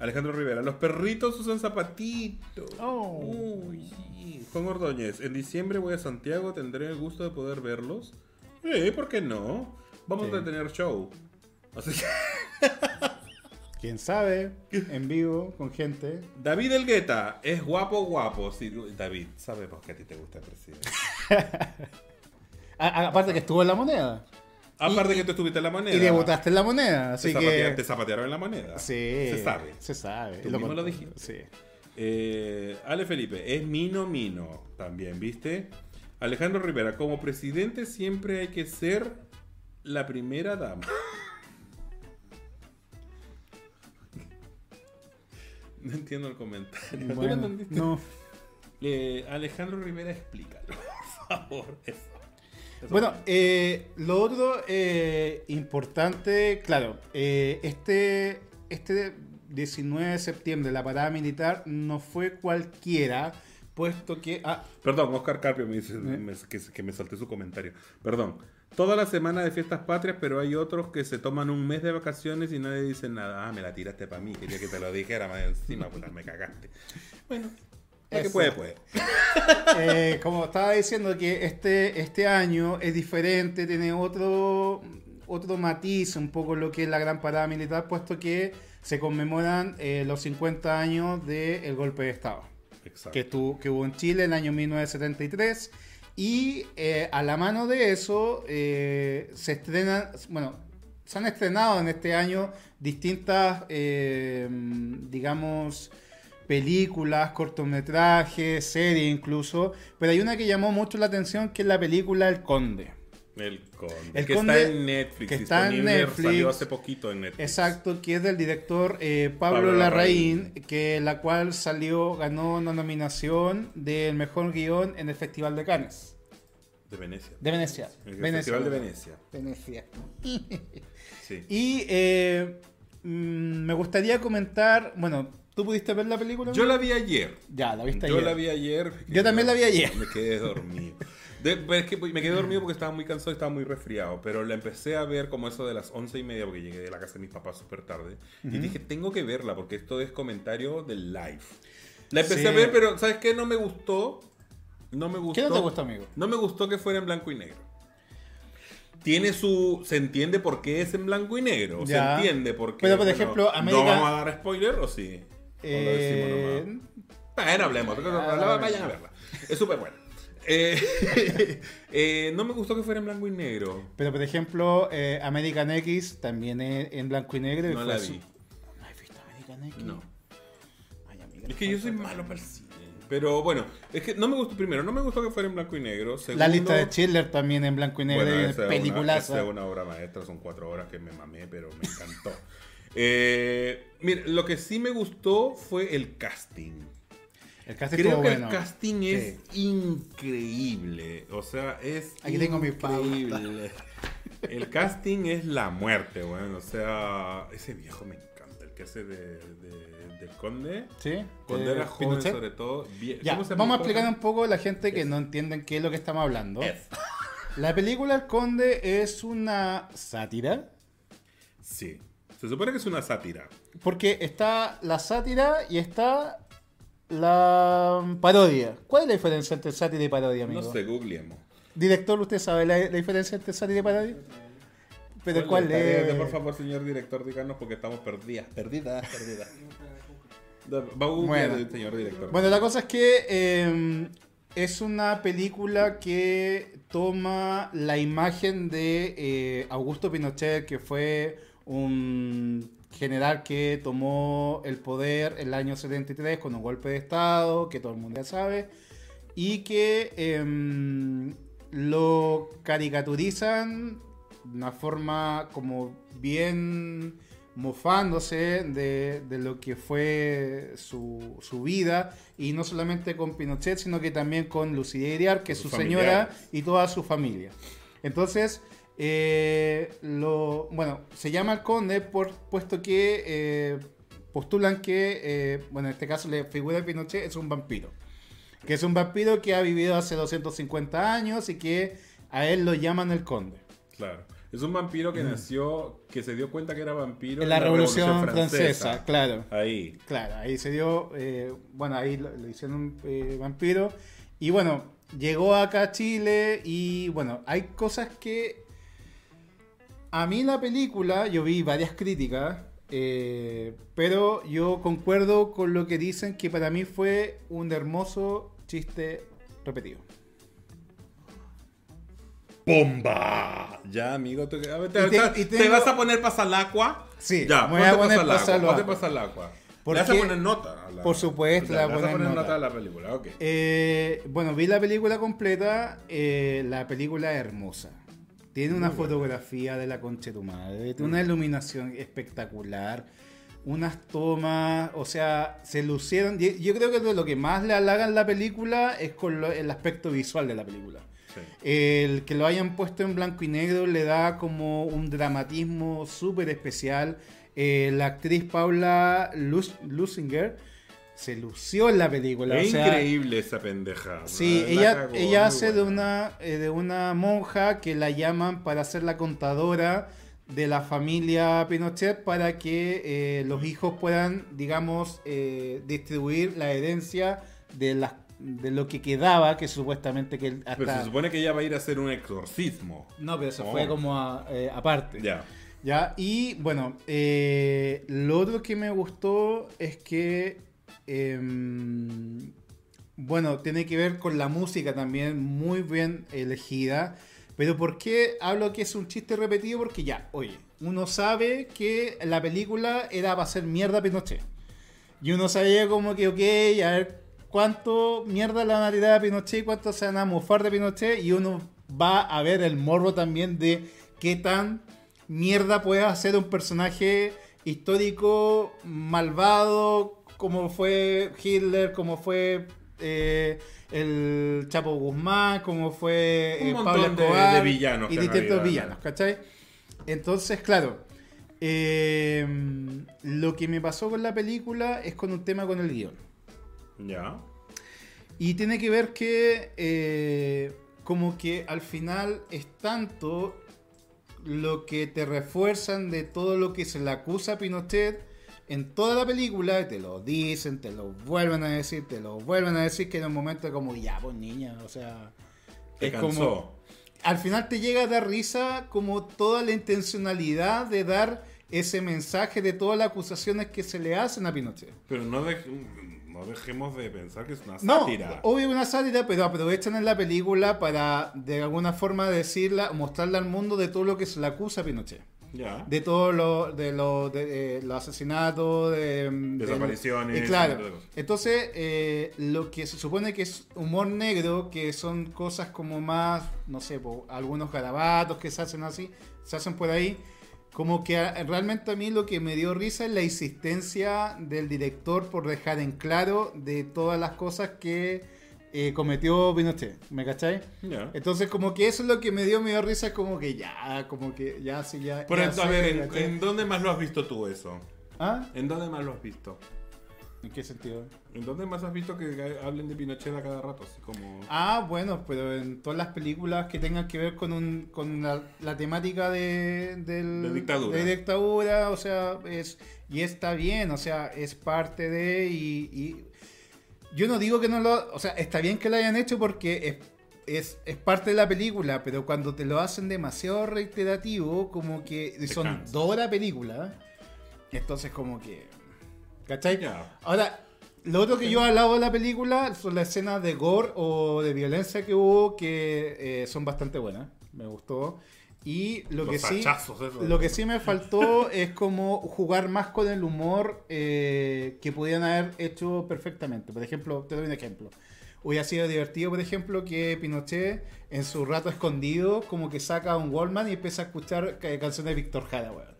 Alejandro Rivera, los perritos usan zapatitos. Oh. Uy, sí. Juan Ordóñez, en diciembre voy a Santiago, tendré el gusto de poder verlos. Eh, ¿por qué no? Vamos Sí. a tener show. Así que, Quién sabe, en vivo, con gente. David Elgueta, es guapo, guapo. Sí, David, sabemos que a ti te gusta el presidente. A- a- aparte que estuvo en la moneda. Aparte que tú estuviste en la moneda. Y debutaste en la moneda, Te, así zapatea- te que. zapatearon en la moneda. Sí. Se sabe. Se sabe. Tú mismo lo contó. dijiste. Sí. Eh, Ale Felipe, es Mino Mino también, ¿viste? Alejandro Rivera, como presidente siempre hay que ser la primera dama. No entiendo el comentario. ¿Tú lo Bueno, entendiste? no. Eh, Alejandro Rivera, explícalo, por favor. Eso. Eso. Bueno, eh, lo otro eh, importante, claro, eh, este, este 19 de septiembre, la parada militar no fue cualquiera, puesto que... ah, Perdón, Oscar Carpio me Eh. dice me- que, que me salté su comentario. Perdón. Toda la semana de fiestas patrias, pero hay otros que se toman un mes de vacaciones y nadie dice nada. Ah, me la tiraste para mí, quería que te lo dijera más encima, pues me cagaste. Bueno, lo que Eso. puede, puede. eh, como estaba diciendo que este, este año es diferente, tiene otro, otro matiz un poco lo que es la gran parada militar, puesto que se conmemoran eh, los 50 años del golpe de Estado. Exacto. que, estuvo- que hubo en Chile en el año 1973. Y eh, a la mano de eso eh, se estrenan, bueno, se han estrenado en este año distintas, eh, digamos, películas, cortometrajes, series incluso, pero hay una que llamó mucho la atención que es la película El Conde. El Conde. El que Conde- está en Netflix. que está en disponible, Netflix. Salió hace poquito en Netflix. Exacto, que es del director eh, Pablo, Pablo Larraín, Larraín. que la cual salió, ganó una nominación del mejor guión en el Festival de Cannes. De Venecia. De Venecia. El Venecia. Festival de Venecia. Venecia. Sí. Y eh, mm, me gustaría comentar, bueno, ¿tú pudiste ver la película? Yo la vi ayer. Ya, la viste Yo ayer. la vi ayer. Yo también la vi ayer. Me quedé dormido. De- pero es que me quedé dormido porque estaba muy cansado y estaba muy resfriado. Pero la empecé a ver como eso de las once y media porque llegué de la casa de mis papás súper tarde. Y dije, tengo que verla porque esto es comentario del live. La empecé Sí. a ver, pero ¿sabes qué? No me gustó. No me gustó. ¿Qué no te gustó, amigo? No me gustó que fuera en blanco y negro. Tiene su. Se entiende por qué es en blanco y negro. Ya. Se entiende por qué. Pero, por bueno, ejemplo, América- ¿No vamos a dar spoiler o sí? ¿O lo decimos Eh, nomás? Bueno, hablemos. porque no- Ah, la- bueno. vayan a verla. Es súper buena. Eh, eh, no me gustó que fuera en blanco y negro. pero por ejemplo, eh, American X también es en blanco y negro. y No fue la su- vi. ¿No has visto American X? No. Ay, amiga, Es que yo no soy falta malo tanto. para el cine. Pero bueno, es que no me gustó, primero, no me gustó que fuera en blanco y negro. Segundo, La lista de Schiller también en blanco y negro, bueno, y esa es una- peliculaza. esa es una obra maestra, son cuatro horas que me mamé, pero me encantó. Eh, mira, lo que sí me gustó fue el casting. El casting Creo estuvo que bueno. el casting es increíble. O sea, es. Aquí tengo mi increíble. El casting es la muerte, weón. O sea, ese viejo me encanta. El que hace de, de- del conde. Sí. Cuando eh, era joven, Pinochet. sobre todo. vie- Ya, ¿cómo vamos se llama a el joven? explicar un poco a la gente que no entienden qué es lo que estamos hablando. Es. La película El Conde es una sátira, Sí. Se supone que es una sátira. porque está la sátira y está la parodia. ¿Cuál es la diferencia entre sátira y parodia, amigo? No sé, googleemos. Director, ¿usted sabe la, la diferencia entre sátira y parodia? Pero ¿cuál, la tarea de- es? Por favor, señor director, díganos porque estamos perdidas. Perdidas, perdidas. Va a Bueno. googlear, señor director. Bueno, la cosa es que eh, es una película que toma la imagen de eh, Augusto Pinochet, que fue un general que tomó el poder el año 73 con un golpe de Estado, que todo el mundo ya sabe, y que eh, lo caricaturizan de una forma como bien mofándose de, de lo que fue su, su vida, y no solamente con Pinochet, sino que también con Lucía Iriar, que es su Sus señora familiares. y toda su familia. Entonces, eh, lo, bueno, se llama el conde por, puesto que eh, postulan que, eh, bueno, en este caso la figura de Pinochet es un vampiro. Que es un vampiro que ha vivido hace 250 años y que a él lo llaman el conde. Claro. Es un vampiro que nació, que se dio cuenta que era vampiro Mm. En la Revolución, Francesa, claro. Ahí. Claro, ahí se dio, eh, bueno, ahí lo, lo hicieron eh, vampiro. Y bueno, llegó acá a Chile y bueno, hay cosas que... A mí la película, yo vi varias críticas, eh, pero yo concuerdo con lo que dicen que para mí fue un hermoso chiste repetido. ¡Bomba! Ya, amigo, tú- a ver, te, Y te- te- y te tengo- vas a poner pasalacua. Sí, ya, me voy a ponte poner pasalacua, pasalacua. ponte pasalacua. ¿Por Le vas a qué? poner nota. a la- Por supuesto, le le vas voy a poner nota nota a la película, ok. Eh, bueno, vi la película completa. eh, la película es hermosa. Tiene una fotografía de la concha de tu madre. Tiene una iluminación espectacular. Unas tomas, o sea, se lucieron. Yo- Yo creo que de lo que más le halagan la película es con lo- el aspecto visual de la película. Sí. El que lo hayan puesto en blanco y negro le da como un dramatismo súper especial. Eh, la actriz Paula Lus- Lusinger se lució en la película. es o sea, increíble esa pendeja. Sí, la ella, cagó, muy ella hace de buena. una, eh, de una monja que la llaman para ser la contadora de la familia Pinochet para que eh, los hijos puedan, digamos, eh, distribuir la herencia de, las de lo que quedaba, que supuestamente que él Pero se hasta... supone que ella va a ir a hacer un exorcismo. No, pero eso Oh. fue como a- eh, aparte. Ya. Ya, y bueno, eh, lo otro que me gustó es que, em, bueno, tiene que ver con la música también, muy bien elegida. Pero ¿por qué hablo que es un chiste repetido? Porque ya, oye, uno sabe que la película era para hacer mierda a Pinochet. Y uno sabía como que, ok, a ver cuánto mierda la van a tirar a Pinochet, cuánto se van a mofar de Pinochet. Y uno va a ver el morbo también de qué tan mierda puede hacer un personaje histórico, malvado, como fue Hitler, como fue eh, el Chapo Guzmán, como fue Un eh, montón Pablo de- de Escobar. villanos que Y han distintos habido, villanos, ¿cachai? Entonces, claro. eh, lo que me pasó con la película es con un tema con el guión. Ya. Y tiene que ver que eh, como que al final es tanto lo que te refuerzan de todo lo que se le acusa a Pinochet en toda la película, y te lo dicen, te lo vuelven a decir, te lo vuelven a decir, que en un momento como, ya, pues niña, o sea... Te es cansó. como al final te llega a dar risa como toda la intencionalidad de dar ese mensaje de todas las acusaciones que se le hacen a Pinochet. Pero no, dej- no dejemos de pensar que es una No, sátira. obvio una sátira, pero aprovechan en la película para de alguna forma decirla, mostrarla al mundo de todo lo que se le acusa a Pinochet. Ya. de todos los de los de, eh, los asesinatos, de, mm, de- Desapariciones, y un montón de Eh, claro, cosas. entonces eh, lo que se supone que es humor negro, que son cosas como más, no sé, po, algunos garabatos que se hacen así, se hacen por ahí. Como que a- realmente a mí lo que me dio risa es la insistencia del director por dejar en claro de todas las cosas que eh, cometió Pinochet, ¿me cacháis? ya. Entonces, como que eso es lo que me dio medio risa, es como que ya, como que ya, sí, ya. Por ya eso, a sé, ver, ya ¿en, sé. en dónde más lo has visto tú eso? ¿Ah? ¿En dónde más lo has visto? ¿En qué sentido? ¿En dónde más has visto que hablen de Pinochet a cada rato? Así como... Ah, bueno, pero en todas las películas que tengan que ver con, un, con la, la temática de, del- De dictadura. de dictadura, o sea, es, y está bien, o sea, es parte de... Y, y- yo no digo que no lo... O sea, está bien que lo hayan hecho porque es, es, es parte de la película, pero cuando te lo hacen demasiado reiterativo, como que y son cansa. dos horas de película, entonces como que... ¿Cachai? Ya. Ahora, lo otro que yo hablaba de la película son las escenas de gore o de violencia que hubo que eh, son bastante buenas. Me gustó. Y lo Los que sí. hachazos esos. Lo que sí me faltó es como jugar más con el humor eh, que pudieran haber hecho perfectamente. Por ejemplo, te doy un ejemplo. Hubiera sido divertido, por ejemplo, que Pinochet en su rato escondido como que saca un Wallman y empieza a escuchar ca- canciones de Víctor Jara, weón.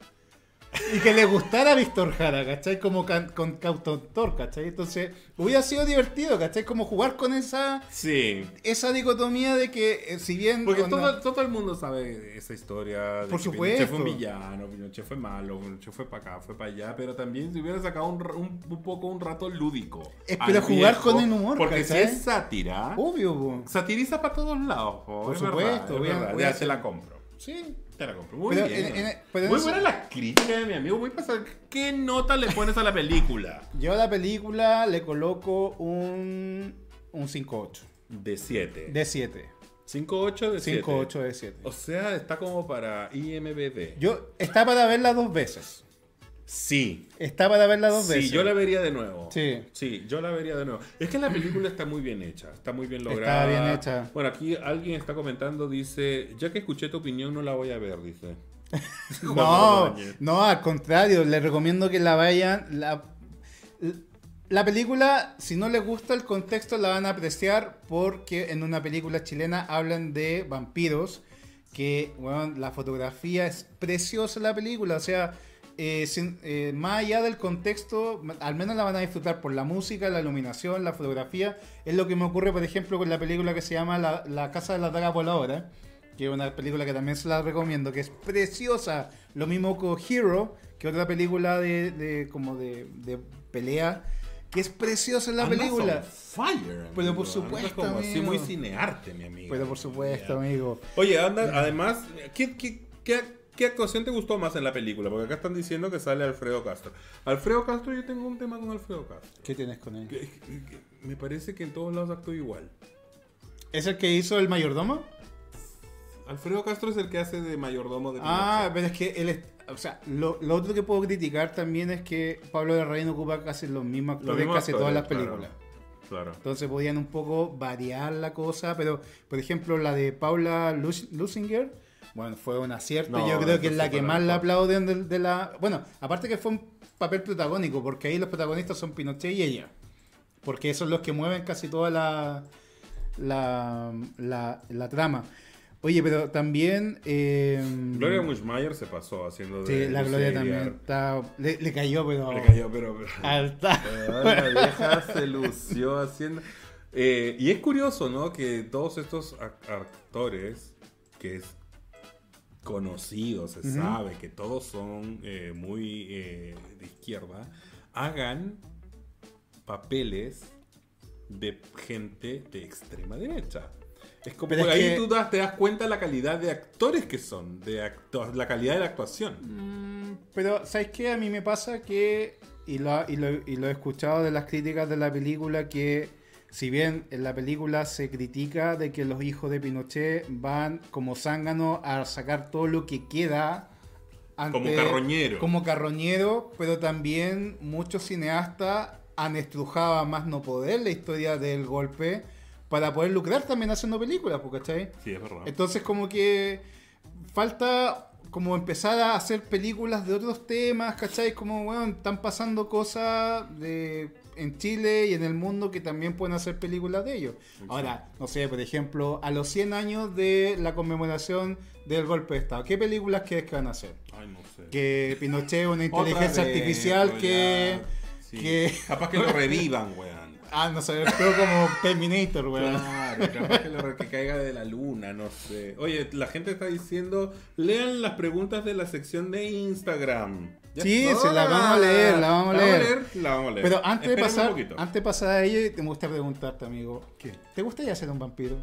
Y que le gustara a Víctor Jara, ¿cachai? Como can- con cantautor, ¿cachai? Entonces, hubiera sido divertido, ¿cachai? Como jugar con esa, Sí. esa dicotomía de que eh, si bien... Porque onda- todo, todo el mundo sabe esa historia. De Por que supuesto. Pinochet fue un villano, Pinochet fue malo, Pinochet fue para acá, fue para allá. Pero también se hubiera sacado un, ra- un- un poco un rato lúdico. Eh, al pero jugar con el humor, Porque ¿cachai? si es sátira, Obvio, po. satiriza para todos lados. po, Por es supuesto, verdad, es voy a- verdad. voy a Ya hacer- te la compro. Sí, Te la compro. Muy Pero bien. en- en- pero Muy en buena eso- la crítica de mi amigo. Voy a pasar. ¿Qué nota le pones a la película? Yo a la película le coloco un, un 5-8. De 7. De 7. 5-8 de 7. 5-8 de 7. O sea, está como para IMBD. Yo, está para verla dos veces. Sí. Está para verla dos sí, veces. yo la vería de nuevo. Sí. Sí, yo la vería de nuevo. Es que la película está muy bien hecha, está muy bien Está lograda. bien hecha. Bueno, aquí alguien está comentando, dice, ya que escuché tu opinión, no la voy a ver, dice. Juan No, Ordóñez. no, al contrario, les recomiendo que la vayan. La, la película, si no les gusta el contexto, la van a apreciar porque en una película chilena hablan de vampiros. Que, bueno, la fotografía es preciosa la película. O sea, eh, sin- eh, más allá del contexto, al menos la van a disfrutar por la música, la iluminación, la fotografía. Es lo que me ocurre, por ejemplo, con la película que se llama La, la Casa de las Dagas Voladoras que es una película que también se la recomiendo, que es preciosa. Lo mismo con Hero, que otra película de, de- como de, de pelea, que es preciosa la Andas película. on Fire. amigo. Pero por Andas supuesto, como así amigo. muy cinearte, mi amigo. Pero por supuesto, amigo. Oye, anda, además, ¿qué, qué, qué, qué actuación te gustó más en la película? Porque acá están diciendo que sale Alfredo Castro. Alfredo Castro, yo tengo un tema con Alfredo Castro. ¿Qué tienes con él? Que- que- que Me parece que en todos lados actúa igual. ¿Es el que hizo el mayordomo? Alfredo Castro es el que hace de mayordomo de Ah, Pinochet. pero es que él es- O sea, lo, lo otro que puedo criticar también es que Pablo de Reino ocupa casi los mismos Los actores en mismos casi todas las actores, películas. Claro. claro. Entonces podían un poco variar la cosa, pero por ejemplo la de Paula Lus- Lusinger, bueno, fue un acierto. No, Yo creo eso que es la sí que fue la más la mejor. aplauden de, de la... Bueno, aparte que fue un papel protagónico, porque ahí los protagonistas son Pinochet y ella. Porque son los que mueven casi toda la, la, la, la trama. Oye, pero también... eh, Gloria Muschmeyer se pasó haciendo de. Sí, la de Gloria Siri también Oh. Ah, Ar- está- le, le cayó, pero... Le cayó, pero. pero- Alta. Pero La vieja se lució haciendo. Eh, y es curioso, ¿no? Que todos estos ac- actores que es conocido, se Ujú. sabe que todos son eh, muy eh, de izquierda, hagan papeles de gente de extrema derecha. Es como Pero es ahí que- tú das- te das cuenta la calidad de actores que son, de acto- la calidad de la actuación. Mm, Pero, ¿sabes qué? A mí me pasa que, y lo, y, lo, y lo he escuchado de las críticas de la película, que si bien en la película se critica de que los hijos de Pinochet van como zánganos a sacar todo lo que queda. ante- Como carroñero. Como carroñero, pero también muchos cineastas han estrujado a más no poder la historia del golpe para poder Ah. lucrar también haciendo películas, ¿cachai? Sí, es verdad. Entonces como que falta como empezar a hacer películas de otros temas, ¿cachai? Como, weón, están pasando cosas de, en Chile y en el mundo que también pueden hacer películas de ellos. Ahora, no sé, por ejemplo, a los 100 años de la conmemoración del golpe de Estado, ¿qué películas crees que van a hacer? Ay, no sé. Que Pinochet es una Otra inteligencia vez, artificial weón, que... ya. Sí. que- Capaz que lo revivan, weón. Ah, no sé, creo como Terminator, weón. Claro, capaz que, lo, que caiga de la luna, no sé. Oye, la gente está diciendo, lean las preguntas de la sección de Instagram. Ya Sí, es se la hora. vamos a leer, la vamos a leer. La vamos a leer. Pero antes de, Espérenme pasar, un poquito. antes de pasar a ello, te me gusta preguntarte, amigo. ¿Qué? ¿Te gustaría ser un vampiro?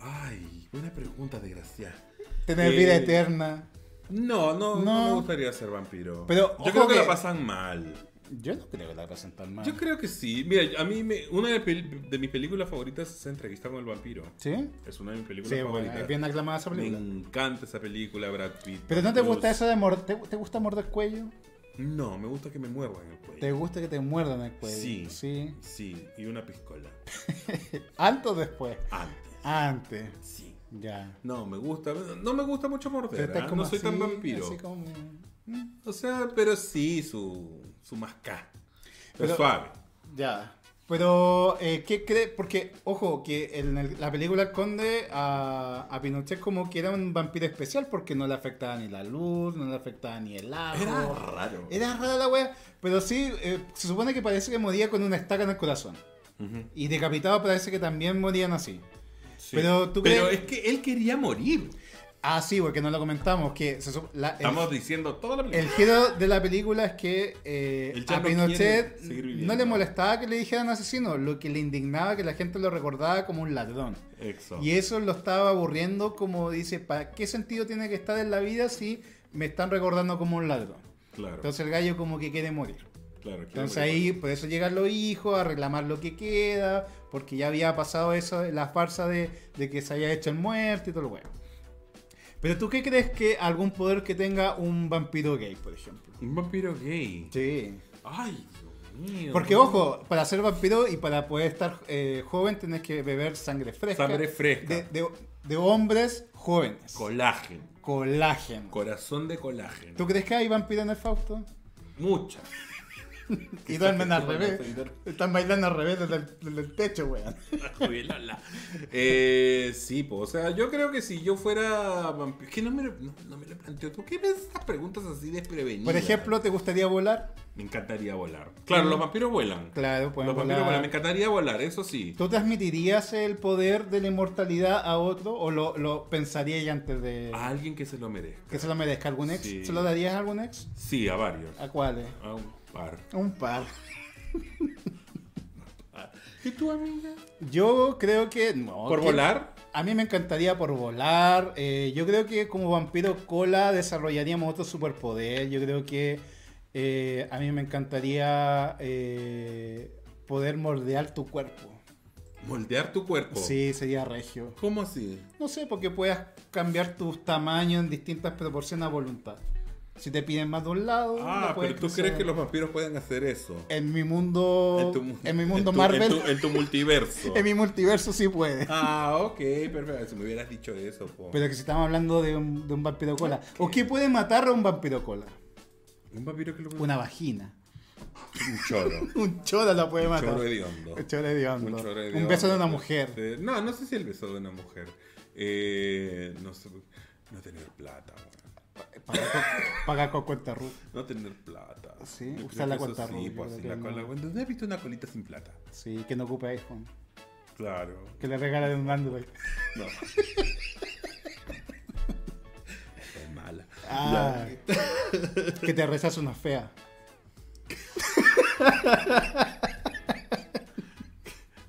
Ay, buena pregunta, desgraciada. Tener Eh, vida eterna. No, no, no, No. me gustaría ser vampiro. Pero, yo ojo creo que, que- Ah. la pasan mal. Yo no creo que la pasen tan mal. Yo creo que sí. Mira, a mí me- una de, pel- de mis películas favoritas es Entrevista con el vampiro. ¿Sí? Es una de mis películas Sí, bueno, favoritas. es bien aclamada esa Me película. encanta esa película, Brad Pitt. Pero no te Bruce. gusta eso de morder. ¿Te, te gusta morder el cuello? No, me gusta que me muerdan el cuello. ¿Te gusta que te muerdan el cuello? Sí. Sí. Sí, y una piscola. ¿Antes o después? Antes. Antes. Sí. Ya. No, me gusta. No me gusta mucho Pero morder. estás ¿ah? como No soy tan así, vampiro. así como- O sea, pero sí, su, su mascá. Pero, Pero- suave. Ya. Pero, eh, ¿qué crees? Porque, ojo, que en el- la película El Conde a, a Pinochet como que era un vampiro especial porque no le afectaba ni la luz, no le afectaba ni el agua. Era Ah, raro. Era rara la wea, pero sí, eh, se supone que parece que moría con una estaca en el corazón. Ujú. Y decapitado parece que también morían así. Sí. Pero tú Pero crees- es que él quería morir. Ah, sí, porque no lo comentamos, que se sup- la- el, Estamos diciendo toda la película. el giro de la película es que eh, Él ya a no Pinochet quiere seguir viviendo. no le molestaba que le dijeran asesino, lo que le indignaba que la gente lo recordaba como un ladrón. Exacto. Y eso lo estaba aburriendo como dice, ¿para qué sentido tiene que estar en la vida si me están recordando como un ladrón? Claro, Entonces el gallo como que quiere morir. claro. quiere Entonces morir. ahí, por eso llegan los hijos a reclamar lo que queda, porque ya había pasado eso, la farsa de, de que se haya hecho el muerto y todo lo bueno. Pero tú qué crees que algún poder que tenga un vampiro gay, por ejemplo? Un vampiro gay. Sí. Ay, Dios mío. Porque ojo, para ser vampiro y para poder estar eh, joven tenés que beber sangre fresca. Sangre fresca. De, de- de hombres jóvenes. Colágeno. Colágeno. Corazón de colágeno. ¿Tú crees que hay vampiro en el Fausto? Muchas. Y duermen al te van a revés. ofender. Están bailando al revés desde el, desde el techo, weón. Jubilala. Eh, sí, po, o sea, yo creo que si yo fuera vampiro. Es que no me, lo- no, no me lo planteo. ¿Por qué ves estas preguntas así desprevenidas? Por ejemplo, ¿te gustaría volar? Me encantaría volar. Claro, los vampiros vuelan. Claro, pueden los volar. vampiros vuelan. Me encantaría volar, eso sí. ¿Tú transmitirías el poder de la inmortalidad a otro o lo, lo pensarías ya antes de A alguien que se lo merezca. que se lo merezca algún ex? Ah, Sí. ¿Se lo darías a algún ex? Sí, a varios. ¿A cuáles? A un par. Un par. ¿Y tú, amiga? Yo creo que no. ¿Por que- volar? A mí me encantaría por volar. eh, yo creo que como vampiro cola desarrollaríamos otro superpoder. Yo creo que eh, a mí me encantaría eh, poder moldear tu cuerpo. Moldear tu cuerpo. Sí, sería regio. ¿Cómo así? No sé, porque puedas cambiar tus tamaños en distintas proporciones a voluntad. Si te piden más de un lado. Ah, no puedes pero tú crecer. crees que los vampiros pueden hacer eso. En mi mundo. En, tu En, mu- mi en mundo tu- Marvel. En tu, en tu multiverso. en mi multiverso sí puede. Ah, ok, perfecto. Si me hubieras dicho eso, po. Pero que si estamos hablando de un, de un vampiro cola. ¿O qué puede matar a un vampiro cola? Un vampiro que lo Una vagina. Un choro. Un chola la puede Un matar. choro hediondo. Un choro hediondo. Un choro Un hediondo. beso de una mujer. Sí. No, no sé si el beso de una mujer. Eh, no sé. No tener plata, weón. Pagar con, pagar con cuenta Ruth. No tener plata. Sí, Yo usar creo la que eso cuenta sí, Ruth, yo pues, creo sí, que la no. cola- bueno, ¿Dónde has visto una colita sin plata? Sí, que no ocupe iPhone. Claro. Que le regalen un Android. No. Qué mala. Ah, que te rezas una fea.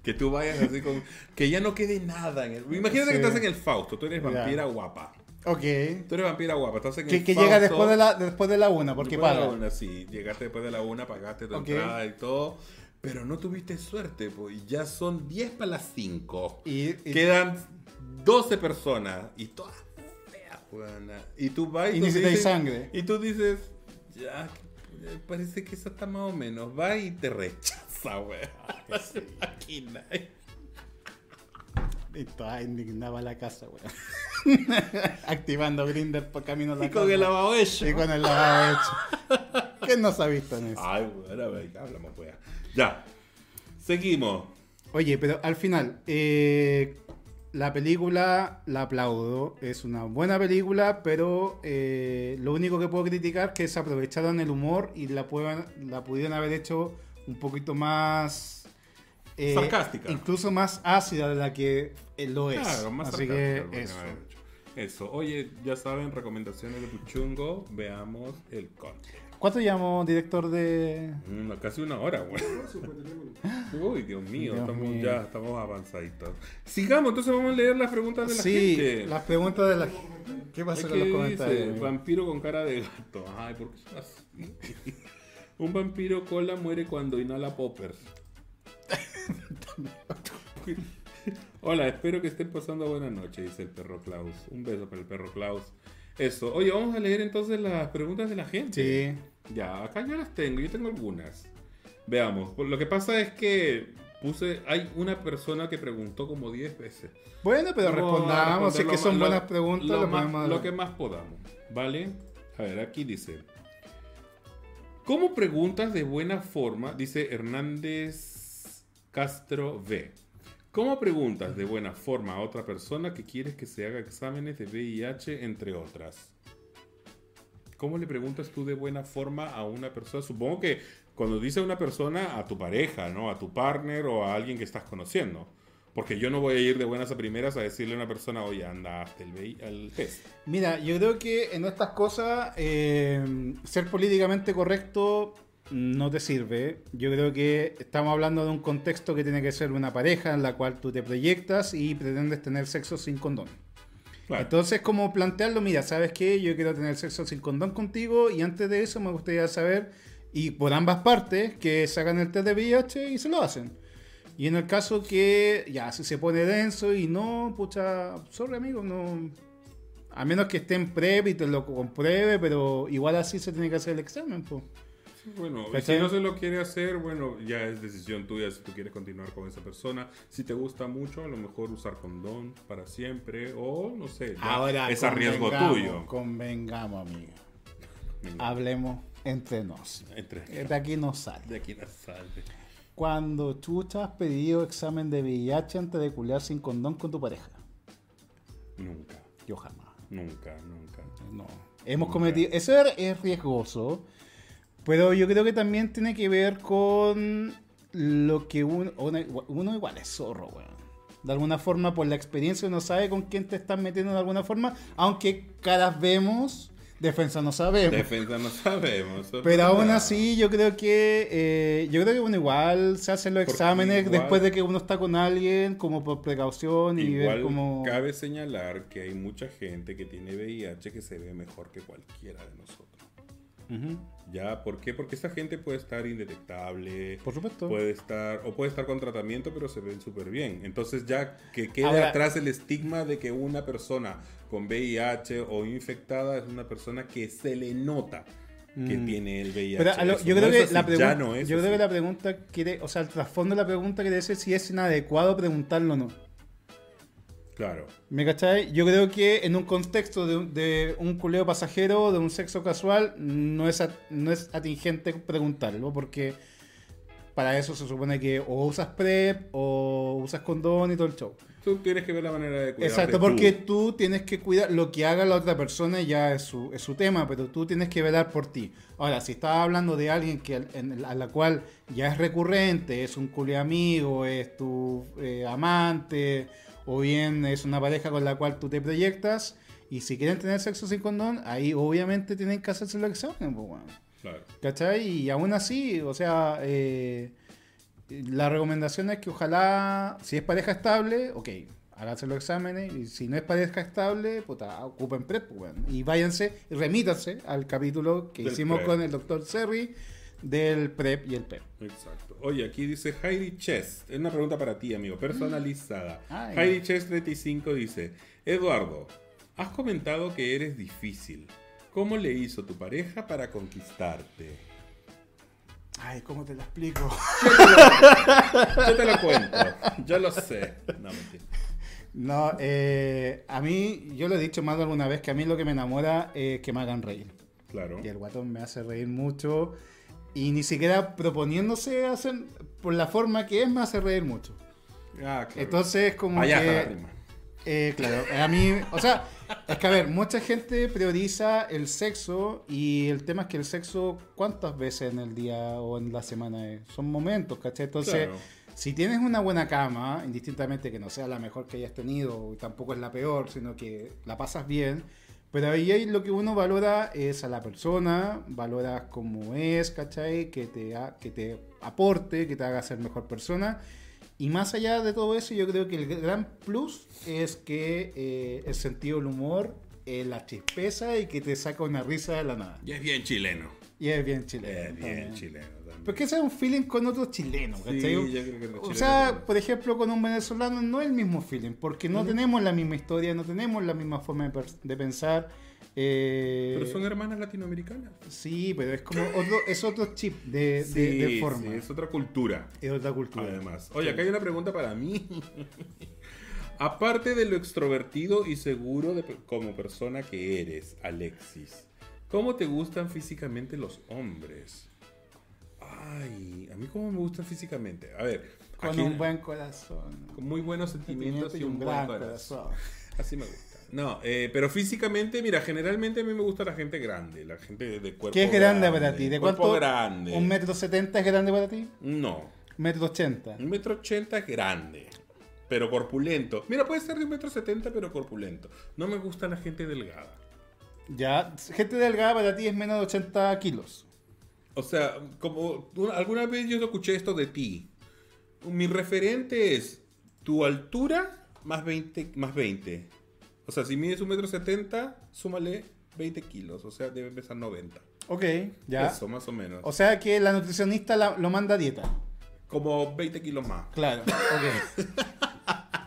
Que tú vayas así con. Que ya no quede nada en el. Imagínate Sí. que estás en el Fausto. Tú eres Ya. vampira guapa. Ok. Que, Tú eres vampira guapa. Estás en el que Fausto. llega después de la, después de la una, porque Después de la paga. una, sí. Llegaste después de la una, pagaste tu Ok. entrada y todo. Pero no tuviste suerte, pues. Ya son 10 para las 5. Y, y- Quedan 12 personas. Y todas feas, weona. Y tú vas y, Y tú ni siquiera hay dices- sangre. Y tú dices, ya, eh, parece que eso está más o menos. Va y te rechaza, weón. Ah, Aquí nadie. y toda indignaba la casa, weón. Activando Grinder por camino a la Y con cama. el lavado hecho. Y con el lavado hecho. ¿Qué nos ha visto en eso? Ay, bueno, a ver, hablamos, pues. Ya. Seguimos. Oye, pero al final, eh, la película la aplaudo. Es una buena película, pero eh, lo único que puedo criticar es que se aprovecharon el humor y la, puedan- la pudieron haber hecho un poquito más. eh, Sarcástica. Incluso más ácida de la que eh, lo es. Claro, más Así sarcástico, que lo eso. haber hecho. Eso. Oye, ya saben, recomendaciones de Puchungo. Veamos el conte. ¿Cuánto llamó director de.? Mm, casi una hora, güey. Uy, Dios mío, Dios estamos mío. ya estamos avanzaditos. Sigamos, entonces vamos a leer las preguntas de la sí, gente. las preguntas de la. ¿Qué Es pasó con que los dice, comentarios? amigo? vampiro con cara de gato. Ay, ¿por qué son así? Un vampiro cola muere cuando inhala poppers. Hola, espero que estén pasando buena noche, dice el perro Klaus. Un beso para el perro Klaus. Eso. Oye, vamos a leer entonces las preguntas de la gente. Sí. Ya, acá yo las tengo, yo tengo algunas. Veamos, lo que pasa es que puse, hay una persona que preguntó como 10 veces. Bueno, pero Vamos a respondamos. Si es que son responder lo ma- lo- buenas preguntas, lo, lo más- podemos- lo que más podamos, ¿vale? A ver, aquí dice. ¿Cómo preguntas de buena forma? Dice Hernández Castro V. ¿Cómo preguntas de buena forma a otra persona que quieres que se haga exámenes de VIH, entre otras? ¿Cómo le preguntas tú de buena forma a una persona? Supongo que cuando dice una persona a tu pareja, ¿no? A tu partner o a alguien que estás conociendo. Porque yo no voy a ir de buenas a primeras a decirle a una persona, oye, anda hasta el, VI al test. Mira, yo creo que en estas cosas eh, ser políticamente correcto no te sirve. Yo creo que estamos hablando de un contexto que tiene que ser una pareja en la cual tú te proyectas y pretendes tener sexo sin condón. Claro. Entonces, como plantearlo, mira, ¿sabes qué? Yo quiero tener sexo sin condón contigo y antes de eso me gustaría saber, y por ambas partes, que sacan el test de VIH y se lo hacen. Y en el caso que, ya, si se pone denso y no, pucha, sorry amigo, no... A menos que esté en PrEP y te lo compruebe, pero igual así se tiene que hacer el examen, pues. Bueno, y si ¿Cachai? no se lo quiere hacer, bueno, ya es decisión tuya si tú quieres continuar con esa persona. Si te gusta mucho, a lo mejor usar condón para siempre o no sé. ya es a riesgo convengamos, tuyo. Convengamos, amigo. Venga, Hablemos entre nos. Entre De aquí no sale. de aquí la sale. Cuando chucha has pedido examen de VIH antes de culiar sin condón con tu pareja. Nunca, Yo jamás. nunca, nunca. No. Hemos Nunca. cometido. Eso es- es riesgoso. Pero yo creo que también tiene que ver con lo que uno. Uno, uno igual es zorro, weón. De alguna forma, por la experiencia, uno sabe con quién te estás metiendo de alguna forma. Aunque caras vemos, defensa no sabemos. Defensa no sabemos. eso es Pero aún verdad. así, yo creo que eh, yo creo que uno igual se hacen los Porque exámenes igual- después de que uno está con alguien, como por precaución y ver Igual cómo. cabe señalar que hay mucha gente que tiene VIH que se ve mejor que cualquiera de nosotros. Ujú, ¿Ya? ¿Por qué? Porque esta gente puede estar indetectable, Por supuesto. puede estar, o puede estar con tratamiento, pero se ven súper bien. Entonces ya que quede Ahora- atrás el estigma de que una persona con VIH o infectada es una persona que se le nota que Mm. tiene el VIH. Pero a lo- Eso yo no creo es que así, la ya pregunta, no es yo creo así. que la pregunta quiere, o sea, el trasfondo de la pregunta quiere decir si es inadecuado preguntarlo o no. Claro. ¿Me cachai? Yo creo que en un contexto de, un- de un culeo pasajero, de un sexo casual, no es, at- no es atingente preguntarlo, porque para eso se supone que o usas PrEP o usas condón y todo el show. Tú tienes que ver la manera de cuidarte Exacto, tú. porque tú tienes que cuidar lo que haga la otra persona ya es su, es su tema, pero tú tienes que velar por ti. Ahora, si estás hablando de alguien que al- en- a la cual ya es recurrente, es un culé amigo, es tu eh, amante, o bien es una pareja con la cual tú te proyectas, y si quieren tener sexo sin condón, ahí obviamente tienen que hacerse el examen, pues, weón. Claro. ¿Cachai? Y aún así, o sea, eh, la recomendación es que ojalá, si es pareja estable, ok, háganse los exámenes. Y si no es pareja estable, puta, ocupen PrEP, pues, weón. Y váyanse, y remítanse al capítulo que Del hicimos PrEP. con el doctor Serry del PrEP y el PEP. Exacto. Oye, aquí dice Heidi Chest. Es una pregunta para ti, amigo, personalizada. Mm. Ay. Heidi Chest 35 dice, Eduardo, has comentado que eres difícil. ¿Cómo le hizo tu pareja para conquistarte? Ay, ¿cómo te lo explico? Yo te lo cuento. Yo lo sé. No, mentira. No, eh, a mí, yo lo he dicho más de alguna vez, que a mí lo que me enamora es que me hagan reír. Claro. Y el guatón me hace reír mucho. Y ni siquiera proponiéndose hacer, por la forma que es, me hace reír mucho. Ah, claro. Entonces, como Allá está la que. rima. eh, claro, a mí. O sea, es que a ver, mucha gente prioriza el sexo. Y el tema es que el sexo, ¿cuántas veces en el día o en la semana es? Son momentos, ¿cachai? Entonces. Claro. Si tienes una buena cama, indistintamente que no sea la mejor que hayas tenido, y tampoco es la peor, sino que la pasas bien, pero ahí hay lo que uno valora es a la persona, valoras cómo es, ¿cachai? Que te, ha- que te aporte, que te haga ser mejor persona. Y más allá de todo eso, yo creo que el gran plus es que eh, el sentido del humor, eh, la chispeza y que te saca una risa de la nada. Y es bien chileno. Y es bien Es chileno. bien también. chileno. también. Porque ese es un feeling con otros chilenos, Sí, ¿cachai? yo creo que los O chilenos sea, pues, también. por ejemplo, con un venezolano no es el mismo feeling, porque no tenemos la misma historia, no tenemos la misma forma de, per- de pensar. eh, Pero son hermanas latinoamericanas. Sí, pero es como otro, es otro chip de, de- de Sí, forma. sí, es... es otra cultura. otra cultura. Además. Oye, acá hay una pregunta para mí. Aparte de lo extrovertido y seguro de, como persona que eres, Alexis, ¿cómo te gustan físicamente los hombres? Ay, a mí cómo me gustan físicamente. A ver, Con aquí- un buen corazón. con muy buenos sentimientos y un, buen gran corazón. Así me gusta. No, eh, pero físicamente, mira, generalmente a mí me gusta la gente grande, la gente de, de cuerpo ¿Qué es grande, para ti? ¿De cuerpo cuánto? grande. ¿Un metro setenta es grande para ti? No, ¿Metro ochenta? Un metro ochenta es grande, pero corpulento. Mira, puede ser de un metro setenta, pero corpulento. No me gusta la gente delgada. Ya, gente delgada para ti es menos de 80 kilos. O sea, como tú- alguna vez yo escuché esto de ti. Mi referente es tu altura más 20. Más 20. O sea, si mides un metro setenta, súmale 20 kilos. O sea, debe pesar 90. Ok, ya. Eso, más o menos. O sea que la nutricionista la- lo manda a dieta. como 20 kilos más. Claro, ok.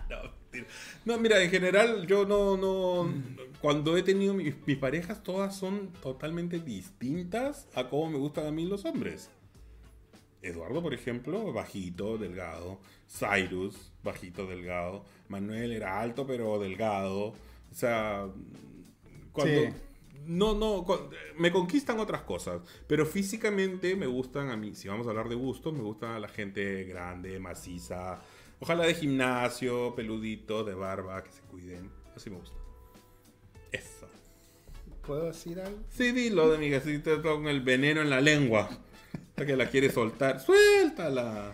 No, mira, en general yo no, no, cuando he tenido mis, mis parejas todas son totalmente distintas a cómo me gustan a mí los hombres. Eduardo, por ejemplo, bajito, delgado. Cyrus, bajito, delgado. Manuel era alto pero delgado. O sea, cuando... Sí. No, no, cu- me conquistan otras cosas, pero físicamente me gustan a mí, si vamos a hablar de gustos, me gusta la gente grande, maciza, ojalá de gimnasio, peludito, de barba, que se cuiden, así me gusta. Eso. ¿Puedo decir algo? Sí, dilo de mi gasita con el veneno en la lengua, hasta que la quiere soltar, suéltala.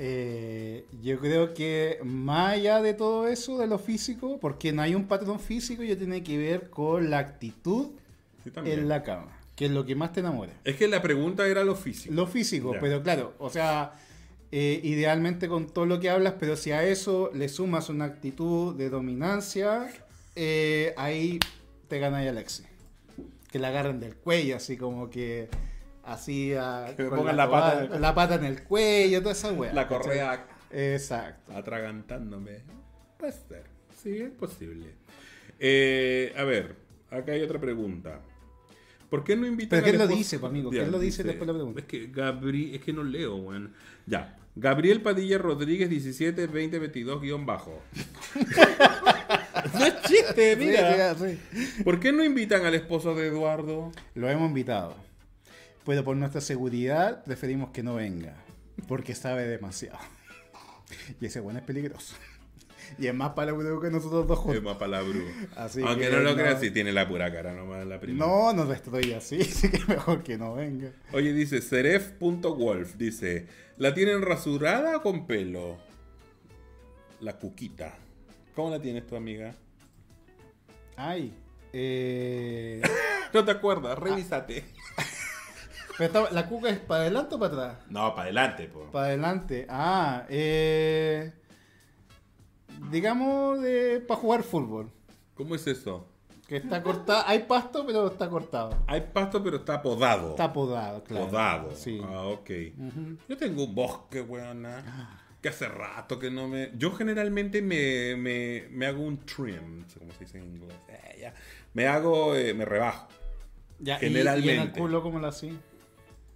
Eh, yo creo que más allá de todo eso, de lo físico, porque no hay un patrón físico, yo tiene que ver con la actitud Sí, también. en la cama, que es lo que más te enamora. Es que la pregunta era lo físico. Lo físico, Ya. pero claro, o sea, eh, idealmente con todo lo que hablas, pero si a eso le sumas una actitud de dominancia, eh, ahí te gana ya Alexi. Que la agarren del cuello, así como que así a- Que me con pongan la pata toalla- en el- la pata en el cuello, toda esa weá. La ¿cachai? correa Exacto. atragantándome. Puede ser. Sí, es posible. Eh, a ver, acá hay otra pregunta. ¿Por qué no invitan ¿Pero qué al lo esposo- dice, pues, amigo? ¿Qué lo dice después la pregunta? Es que, Gabri... es que no leo, weón. Ya. Gabriel Padilla Rodríguez 17 20 22 guión bajo. no es chiste, mira. ¿Por qué no invitan al esposo de Eduardo? Lo hemos invitado. Pero por nuestra seguridad preferimos que no venga. Porque sabe demasiado. Y ese bueno es peligroso. Y es más para que nosotros dos Es juntos. más palabru. Así Aunque que no lo no. creas, sí tiene la pura cara nomás la primera. No, no estoy así. Así que mejor que no venga. Oye, dice Seref.wolf, dice, ¿la tienen rasurada o con pelo? La cuquita. ¿Cómo la tienes tu amiga? Ay. eh, No te acuerdas, revísate. pero está- ¿La cuca es para adelante o para atrás? No, para adelante, po. Para adelante. Ah, eh, digamos de, para jugar fútbol. ¿Cómo es eso? Que está cortado. Hay pasto, pero está cortado. Hay pasto, pero está podado. Está podado, claro. podado. Sí. Ah, ok. Yo tengo un bosque, weona. Que hace rato que no me. Yo generalmente me, me, me hago un trim, como se dice en inglés. Eh, ya. Me hago, eh, me rebajo. Ya, y- Generalmente. Y, en el culo como la así.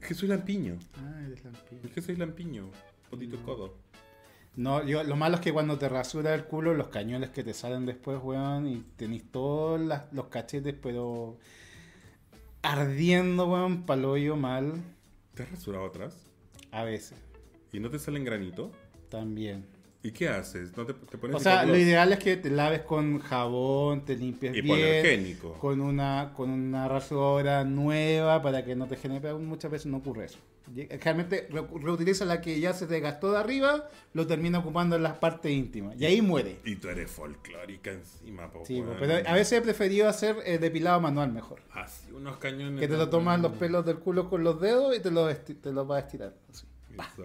Que soy lampiño. Ah, eres lampiño. Es que soy lampiño, potito codo. No, yo, lo malo es que cuando te rasura el culo, los cañones que te salen después, weón, y tenés todos las- los cachetes, pero ardiendo, weón, paloyo mal, ¿Te has rasurado atrás? a veces, ¿Y no te salen granito? también. ¿Y qué haces? ¿No te, te pones O sea, lo microblock? ideal es que te laves con jabón, te limpies Y bien, hipoalergénico. con una, con una rasuradora nueva para que no te genere, pero muchas veces no ocurre eso. Realmente reutiliza la que ya se te gastó de arriba, lo termina ocupando en las partes íntimas, y ahí muere. Y tú eres folclórica encima, po, Sí, weón. pero a veces he preferido hacer eh, depilado manual mejor. Así, unos cañones. Que te lo tomas los pelos del culo con los dedos y te los, esti- te los vas a estirar. así, Exacto.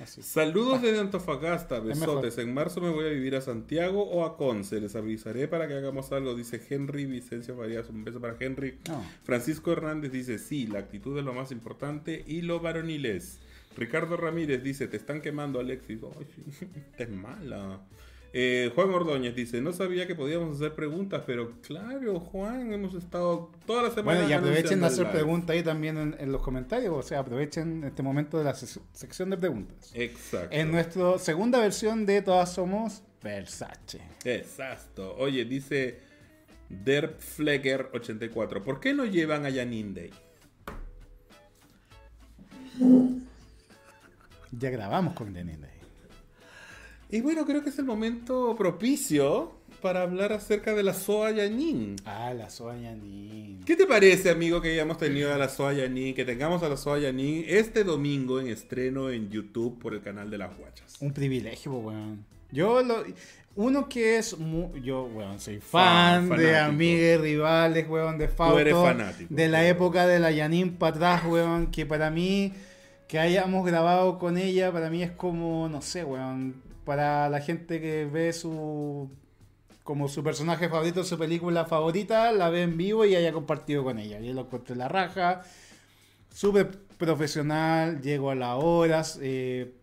así. Saludos desde Antofagasta, mejor. besotes. En marzo me voy a vivir a Santiago o a Conce. Les avisaré para que hagamos algo, dice Henry Vicencio Farías. Un beso para Henry. No. Francisco Hernández dice, sí, la actitud es lo más importante y lo varonil es. Ricardo Ramírez dice, te están quemando, Alexis. Ay, sí, esta es mala. Eh, Juan Ordóñez dice, no sabía que podíamos hacer preguntas, pero claro, Juan, hemos estado toda la semana... Bueno, y aprovechen de anunciando el hacer live". preguntas ahí también en, en los comentarios. O sea, aprovechen este momento de la ses- sección de preguntas. Exacto. En nuestra segunda versión de Todas Somos Versace. Exacto. Oye, dice Derp Flecker 84. ¿Por qué no llevan a Janine Day? Ya grabamos con Denis Day. Y bueno, creo que es el momento propicio para hablar acerca de la SOA Janine. Ah, la Soña ni. ¿Qué te parece, amigo, que hayamos tenido a la SOA Janine, que tengamos a la SOA Janine este domingo en estreno en YouTube por el canal de las guachas? Un privilegio, po, weón. Yo lo. Uno que es. mu- yo, weón, soy fan, Fan, de fanático. amigues, rivales, weón, de Fausto. eres fanático. De la época de la Yanin para atrás, weón. Que para mí, que hayamos grabado con ella, para mí es como, no sé, weón. Para la gente que ve su. Como su personaje favorito, su película favorita, la ve en vivo y haya compartido con ella. Yo lo encontré la raja. Súper profesional, llego a las horas. eh,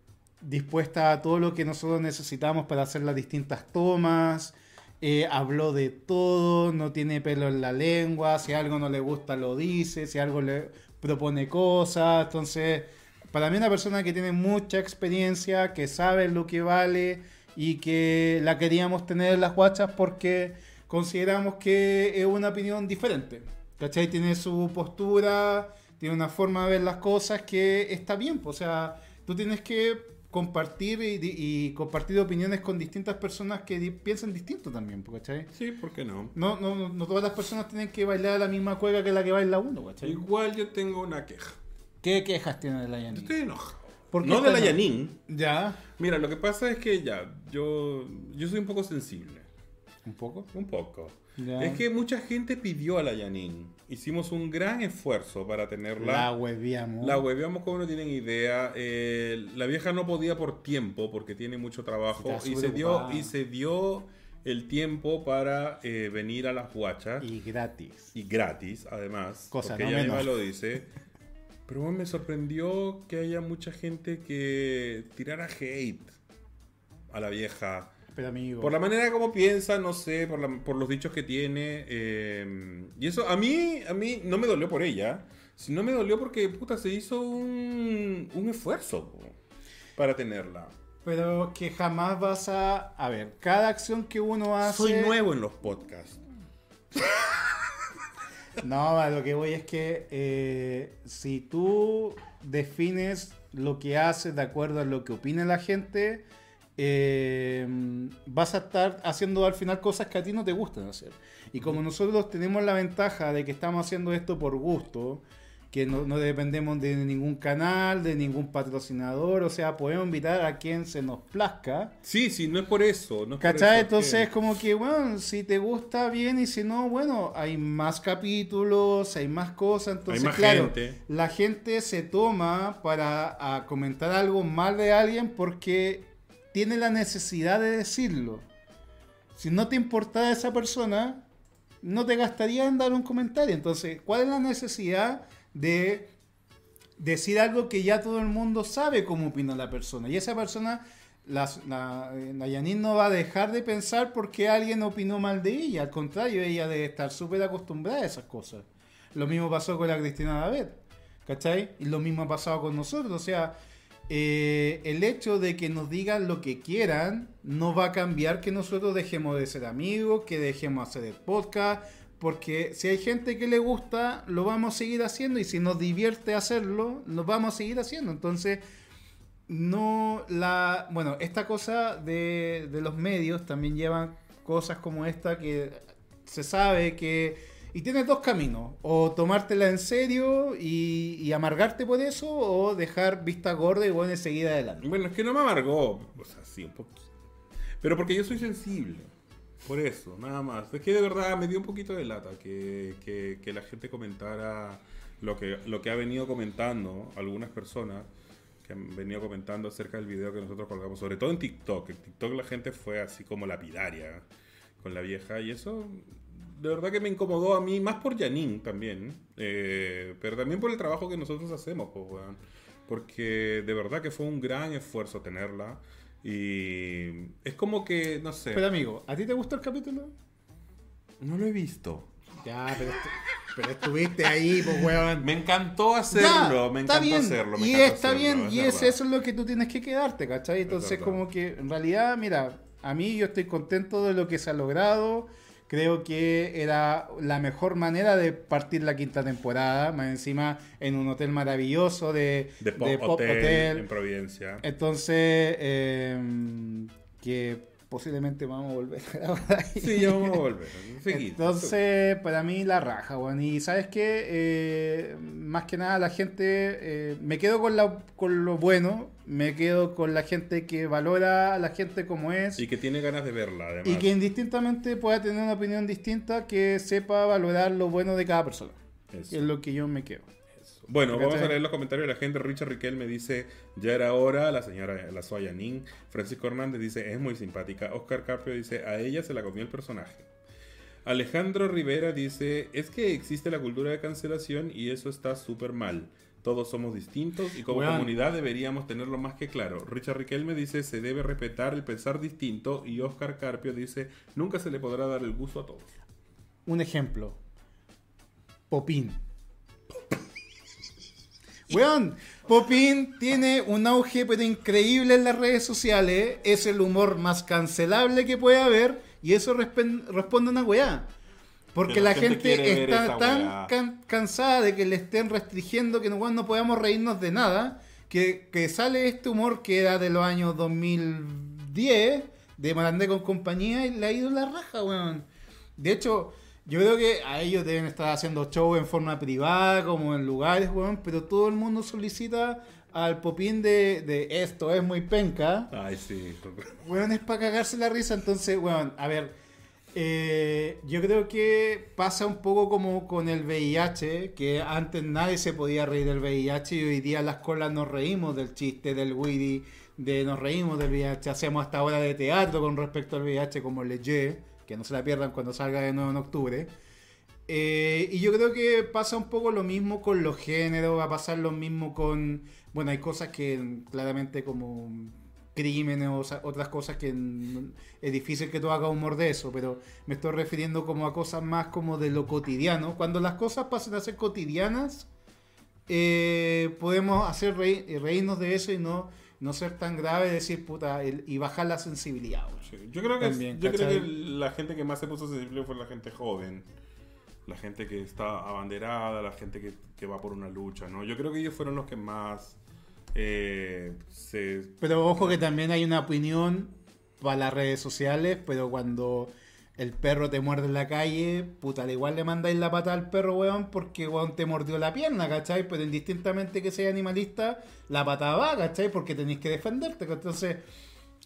dispuesta a todo lo que nosotros necesitamos para hacer las distintas tomas. eh, habló de todo, no tiene pelo en la lengua. Si algo no le gusta, lo dice. Si algo le propone cosas. Entonces, para mí, una persona que tiene mucha experiencia, que sabe lo que vale y que la queríamos tener en las guachas porque consideramos que es una opinión diferente. ¿Cachai? Tiene su postura, tiene una forma de ver las cosas que está bien. po, O sea, tú tienes que compartir y, di- y compartir opiniones con distintas personas que di- piensan distinto también, po, ¿cachai? Sí, ¿por qué no? No, no, no- no todas las personas tienen que bailar la misma cueca que la que baila uno, ¿cachai? Igual yo tengo una queja. ¿Qué quejas tiene la Yo Yanni? estoy enojado. ¿Por qué no de la estás enojado? Janine. Ya, Mira, lo que pasa es que ya, yo, yo soy un poco sensible. un poco. Un poco. Ya. Es que mucha gente pidió a la Janine. Hicimos un gran esfuerzo para La tenerla. hueviamos. La hueveamos como no tienen idea. Eh, la vieja no podía por tiempo porque tiene mucho trabajo. Está Y se, súper dio, ocupada. y se dio el tiempo para eh, venir a las guachas. Y, Y gratis. gratis, además. Cosa porque no ella misma menor. lo dice. Pero bueno, me sorprendió que haya mucha gente que tirara hate a la vieja. Pero amigo. Por la manera como piensa, no sé, por, la- por los dichos que tiene. eh, y eso a mí, a mí no me dolió por ella, sino me dolió porque, puta, se hizo un, un esfuerzo po, para tenerla. Pero que jamás vas a. A ver, cada acción que uno hace. Soy nuevo en los podcasts. No, a lo que voy es que eh, si tú defines lo que haces de acuerdo a lo que opina la gente, eh, vas a estar haciendo al final cosas que a ti no te gustan hacer. Y como nosotros tenemos la ventaja de que estamos haciendo esto por gusto, que no, no dependemos de ningún canal, de ningún patrocinador, o sea, podemos invitar a quien se nos plazca. Sí, sí, no es por eso. No es por ¿Cachai? eso, Entonces, ¿qué? como que, bueno, si te gusta bien y si no, bueno, hay más capítulos, hay más cosas. Entonces, más claro, gente. la gente se toma para a comentar algo mal de alguien porque tiene la necesidad de decirlo. Si no te importara esa persona, no te gastaría en dar un comentario. Entonces, ¿cuál es la necesidad de decir algo que ya todo el mundo sabe cómo opina la persona? Y esa persona, la, la, la Janine no va a dejar de pensar porque alguien opinó mal de ella. Al contrario, ella debe estar súper acostumbrada a esas cosas. Lo mismo pasó con la Cristina David. ¿Cachai? Y lo mismo ha pasado con nosotros. O sea, eh, el hecho de que nos digan lo que quieran no va a cambiar que nosotros dejemos de ser amigos, que dejemos hacer el podcast, porque si hay gente que le gusta, lo vamos a seguir haciendo y si nos divierte hacerlo, lo vamos a seguir haciendo. Entonces, no la... Bueno, esta cosa de, de los medios también llevan cosas como esta que se sabe que... Y tienes dos caminos, o tomártela en serio y, y amargarte por eso, o dejar vista gorda y bueno y seguir adelante. Bueno, es que no me amargó. O sea, sí, un poquito. Pero porque yo soy sensible. Por eso, nada más. Es que de verdad me dio un poquito de lata que, que- que la gente comentara lo que, lo que ha venido comentando algunas personas que han venido comentando acerca del video que nosotros colgamos, sobre todo en TikTok. En TikTok la gente fue así como lapidaria con la vieja y eso de verdad que me incomodó a mí, más por Janine también, eh, pero también por el trabajo que nosotros hacemos, pues, weón. porque de verdad que fue un gran esfuerzo tenerla y es como que, no sé, Pero amigo, ¿a ti te gustó el capítulo? No lo he visto. Ya, pero, estu- pero estuviste ahí, pues weón. me encantó hacerlo, Ya, me está encantó bien, hacerlo. me y encantó está hacerlo, bien, es y es verdad. eso es lo que tú tienes que quedarte, ¿cachai? Entonces, verdad. como que en realidad, mira, a mí yo estoy contento de lo que se ha logrado. Creo que era la mejor manera de partir la quinta temporada, más encima en un hotel maravilloso de, De Pop, de Hotel, en Providencia. Entonces, eh, que posiblemente vamos a volver a grabar ahí. Sí, ya vamos a volver. seguí. Entonces, para mí la raja, weón. Y sabes qué, Eh, más que nada la gente, eh, me quedo con, la, con lo bueno, me quedo con la gente que valora a la gente como es. Y que tiene ganas de verla, además. Y que indistintamente pueda tener una opinión distinta que sepa valorar lo bueno de cada persona. Eso. Es lo que yo me quedo. Bueno, ¿Cachai? vamos a leer los comentarios de la gente. Richard Riquel me dice, ya era hora, la señora la soy Yanin. Francisco Hernández dice, es muy simpática. Oscar Carpio dice, a ella se la comió el personaje. Alejandro Rivera dice, es que existe la cultura de cancelación y eso está súper mal. Todos somos distintos y como Weón. comunidad deberíamos tenerlo más que claro. Richard Riquel me dice, se debe respetar el pensar distinto y Oscar Carpio dice, nunca se le podrá dar el gusto a todos. Un ejemplo. Popín. Weón, Popín tiene un auge pero increíble en las redes sociales. Es el humor más cancelable que puede haber. Y eso respen- responde a una weá. Porque Que la la, gente gente, quiere ver esa está weá. tan can- cansada de que le estén restringiendo que weón, no podamos reírnos de nada. Que, que sale este humor que era de los años 2010 de Marandé con compañía y le ha ido la raja, weón. De hecho, yo creo que a ellos deben estar haciendo show en forma privada, como en lugares, weón, pero todo el mundo solicita al popín de, de esto es muy penca. Ay, sí. Weón, es para cagarse la risa, entonces, weón, a ver, eh, yo creo que pasa un poco como con el VIH, que antes nadie se podía reír del VIH y hoy día las colas nos reímos del chiste, del Witty, de nos reímos del VIH, hacemos hasta ahora de teatro con respecto al VIH como Leye, que no se la pierdan cuando salga de nuevo en octubre. Eh, y yo creo que pasa un poco lo mismo con los géneros, va a pasar lo mismo con, bueno, hay cosas que claramente como crímenes o sa- otras cosas que n- es difícil que tú hagas humor de eso, pero me estoy refiriendo como a cosas más como de lo cotidiano. Cuando las cosas pasen a ser cotidianas, eh, podemos hacer reí- reírnos de eso y no, no ser tan grave, decir puta, el- y bajar la sensibilidad. weón. Sí, Yo creo que También, yo creo que ¿cachai? la gente que más se puso sensible fue la gente joven. La gente que está abanderada, la gente que, que va por una lucha, ¿no? Yo creo que ellos fueron los que más eh, se... Pero ojo que también hay una opinión para las redes sociales, pero cuando el perro te muerde en la calle, puta, al igual le mandáis la pata al perro, weón, porque weón te mordió la pierna, ¿cachai? Pero indistintamente que sea animalista, la pata va, ¿cachai? Porque tenéis que defenderte. Entonces,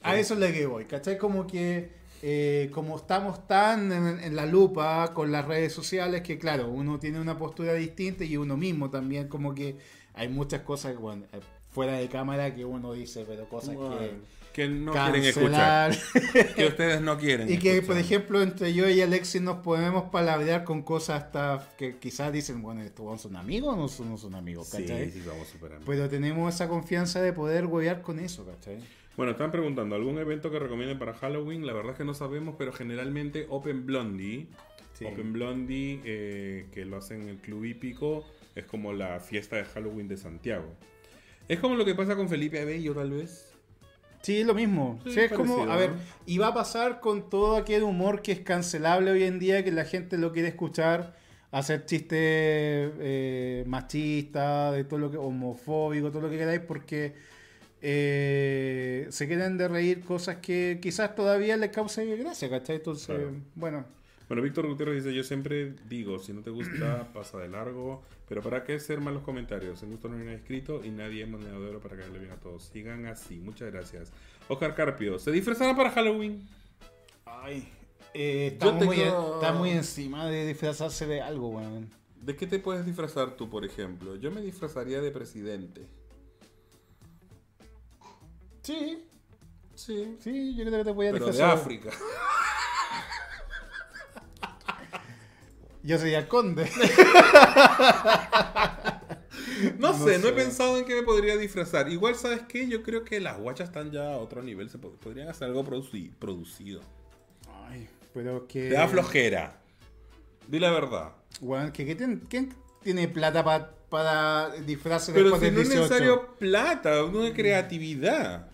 a eso es lo que voy, ¿cachai? Como que, eh, como estamos tan en, en la lupa con las redes sociales, que claro, uno tiene una postura distinta y uno mismo también, como que hay muchas cosas, bueno, eh, fuera de cámara que uno dice, pero cosas Bueno, que... que no quieren escuchar. cancelar Que ustedes no quieren y que, escuchar. por ejemplo, entre yo y Alexis nos podemos palabrear con cosas hasta que quizás dicen, bueno, estos son amigos o no son, no son amigos, ¿cachai? Pues Sí, sí, vamos super amigos. Pero tenemos esa confianza de poder huevear con eso, ¿cachai? Bueno, están preguntando, ¿algún evento que recomienden para Halloween? La verdad es que no sabemos, pero generalmente Open Blondie. Sí. Open Blondie, eh, que lo hacen en el Club Hípico, es como la fiesta de Halloween de Santiago. Es como lo que pasa con Felipe Abello, tal vez. Sí, es lo mismo. Sí, Sí, es como, parecido, a ver, ¿no? y va a pasar con todo aquel humor que es cancelable hoy en día, que la gente lo quiere escuchar, hacer chistes eh, machistas, de todo lo que homofóbico, todo lo que queráis, porque eh, se quieren de reír cosas que quizás todavía les cause gracia, ¿cachai? Entonces, Claro. bueno, Bueno, Víctor Gutiérrez dice, yo siempre digo, si no te gusta, pasa de largo, pero ¿para qué hacer malos comentarios? En gusto no hay nadie escrito y nadie es manejadero para caerle bien a todos. Sigan así, muchas gracias. Oscar Carpio, ¿se disfrazará para Halloween? ay, eh, Yo estamos, muy, tengo- está muy encima de disfrazarse de algo, weón. ¿De qué te puedes disfrazar tú, por ejemplo? Yo me disfrazaría de presidente. Sí, Sí. sí, yo creo que te voy a Pero de disfrazar. África. Yo sería conde. No, No sé, no sé. he pensado en qué me podría disfrazar. Igual, ¿sabes qué? Yo creo que las guachas están ya a otro nivel. Se pod- podrían hacer algo produci- producido. Ay, pero que... Te da flojera. Di la verdad. Weón, que, que tiene- ¿quién tiene plata pa- para disfraces Pero después si del no es 18? necesario plata, uno de creatividad.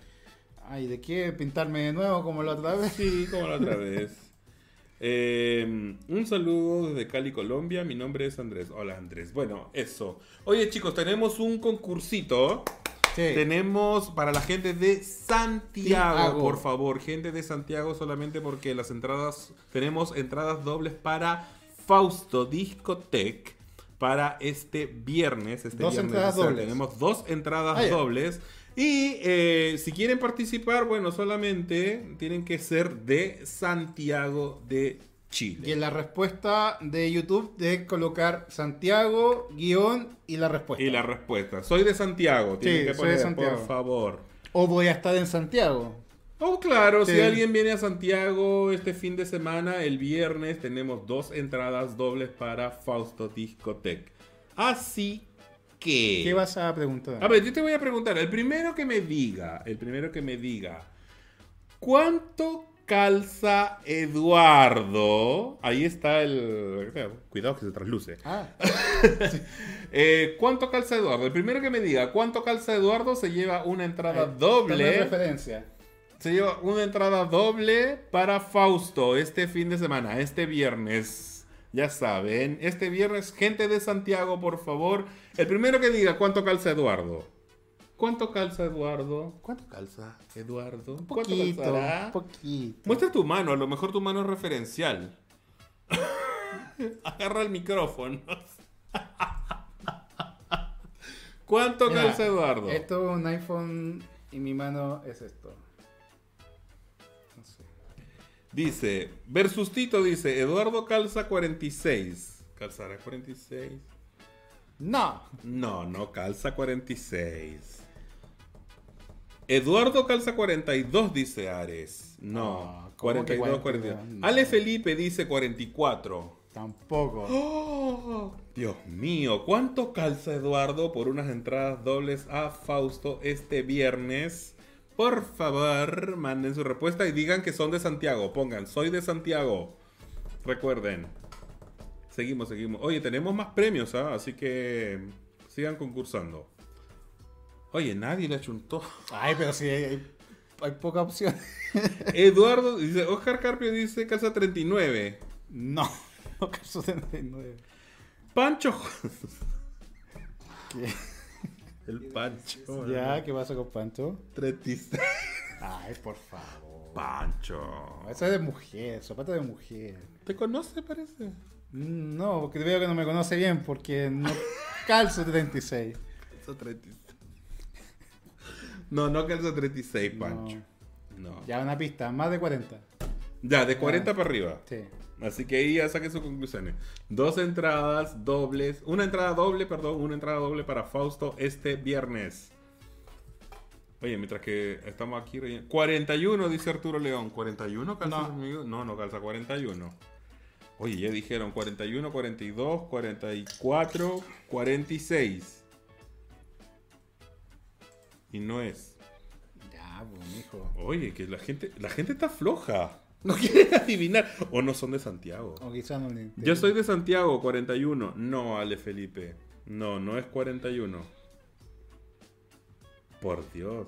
Ay, ¿de qué pintarme de nuevo como la otra vez? Sí, como la otra vez. Eh, un saludo desde Cali, Colombia. Mi nombre es Andrés. Hola, Andrés. Bueno, eso. Oye, chicos, tenemos un concursito. Sí. Tenemos para la gente de Santiago, Santiago. por favor, gente de Santiago solamente porque las entradas, tenemos entradas dobles para Fausto Discotec para este viernes. Este Dos viernes, entradas dobles. Tenemos dos entradas Ah, ya. dobles. Y eh, si quieren participar, bueno, solamente tienen que ser de Santiago de Chile. Y en la respuesta de YouTube de colocar Santiago, guión y la respuesta. Y la respuesta, soy de Santiago, tienen que soy de poner, por Santiago. favor. O voy a estar en Santiago. Oh, claro, Sí. si alguien viene a Santiago este fin de semana, el viernes tenemos dos entradas dobles para Fausto Discotec. Así que. ¿Qué vas a preguntar? A ver, yo te voy a preguntar, el primero que me diga, el primero que me diga, ¿cuánto calza Eduardo? Ahí está el. Cuidado que se trasluce. Ah, Eh, ¿Cuánto calza Eduardo? El primero que me diga, ¿cuánto calza Eduardo? Se lleva una entrada eh, doble. toma referencia. Se lleva una entrada doble para Fausto este fin de semana, este viernes. Ya saben, este viernes, gente de Santiago, por favor. El primero que diga cuánto calza Eduardo. ¿Cuánto calza Eduardo? ¿Cuánto calza Eduardo? Un Poquito, un poquito. Muestra tu mano, a lo mejor tu mano es referencial. Agarra el micrófono. ¿Cuánto Mira, eh, calza Eduardo? Esto es un iPhone y mi mano es esto. No sé. Dice, versus Tito dice, Eduardo calza 46. ¿Calzará 46? No. No, no calza 46. Eduardo calza 42, dice Ares. No, Ah, ¿cómo que 42, 42? 42. No. Ale Felipe dice 44. Tampoco. ¡Oh! Dios mío, ¿cuánto calza Eduardo por unas entradas dobles a Fausto este viernes? Por favor, manden su respuesta y digan que son de Santiago. Pongan, soy de Santiago. Recuerden. Seguimos, seguimos. Oye, tenemos más premios, ¿ah? así que sigan concursando. Oye, nadie le achuntó. Ay, pero si hay, hay, hay poca opción. Eduardo dice, Oscar Carpio dice calza 39. No, no calzó 39. Pancho. ¿Qué? El Pancho. Ya, ¿qué pasa con Pancho? 36. Ay, por favor. Pancho. Esa es de mujer, zapato de mujer. ¿Te conoce, parece? Mm, No, porque veo que no me conoce bien porque no calzo 36. Calza 36. No, no calza 36, No. Pancho. No. Ya. Ah. Ya una pista, más de 40. de 40 para arriba. Sí. Así que ahí ya saquen sus conclusiones. Dos entradas dobles. Una entrada doble, perdón. Una entrada doble para Fausto este viernes. Oye, mientras que estamos aquí. rellen- 41, dice Arturo León. ¿41 calza No. conmigo? No, no calza 41. Oye, ya dijeron 41, 42, 44, 46. Y no es. Ya, pues, mijo. Oye, que la gente, la gente está floja. No quiere adivinar. O no son de Santiago. O quizás no le Yo soy de Santiago, 41. No, Ale Felipe. No, no es 41. Por Dios.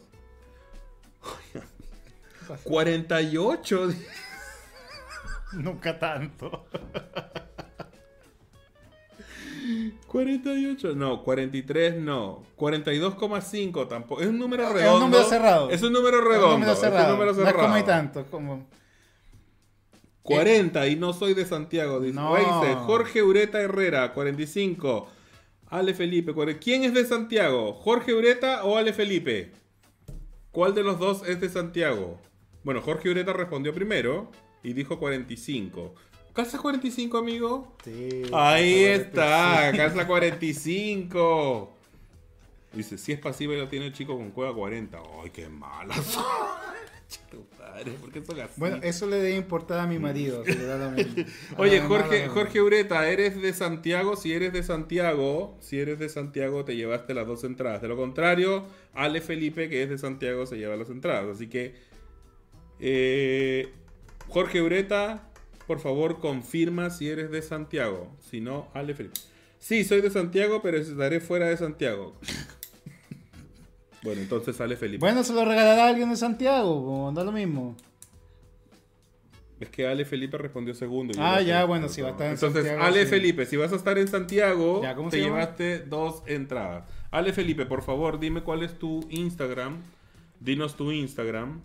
48. Nunca tanto. 48, no, 43 no, 42,5 tampoco. Es un número Es un redondo. número cerrado. Es un número redondo. Es un número cerrado. Es un número No es cerrado. como y tanto. Como... 40 y no soy de Santiago. Dice, No. Dice Jorge Ureta Herrera, 45. Ale Felipe, 40. ¿quién es de Santiago? ¿Jorge Ureta o Ale Felipe? ¿Cuál de los dos es de Santiago? Bueno, Jorge Ureta respondió primero y dijo 45. ¿Casa 45, amigo? Sí, Ahí por está, casa 45. Dice, si es pasiva y la tiene el chico con cueva 40. Ay, qué mala. son. Chutare, ¿por qué son así? Bueno, eso le debe importar a mi marido, seguramente. A Oye, la mamá, a Jorge, la mamá. Jorge Ureta, eres de Santiago. Si eres de Santiago, si eres de Santiago, te llevaste las dos entradas. De lo contrario, Ale Felipe, que es de Santiago, se lleva las entradas. Así que, eh, Jorge Ureta, por favor, confirma si eres de Santiago. Si no, Ale Felipe. Sí, soy de Santiago, pero estaré fuera de Santiago. bueno, entonces Ale Felipe. Bueno, se lo regalará a alguien de Santiago, po, da lo mismo. Es que Ale Felipe respondió segundo. y yo Ah, era ya, tercero, bueno, si va a estar en Entonces, Santiago, Ale sí. Felipe, si vas a estar en Santiago, Ya, ¿cómo te se llama? llevaste dos entradas. Ale Felipe, por favor, dime cuál es tu Instagram. Dinos tu Instagram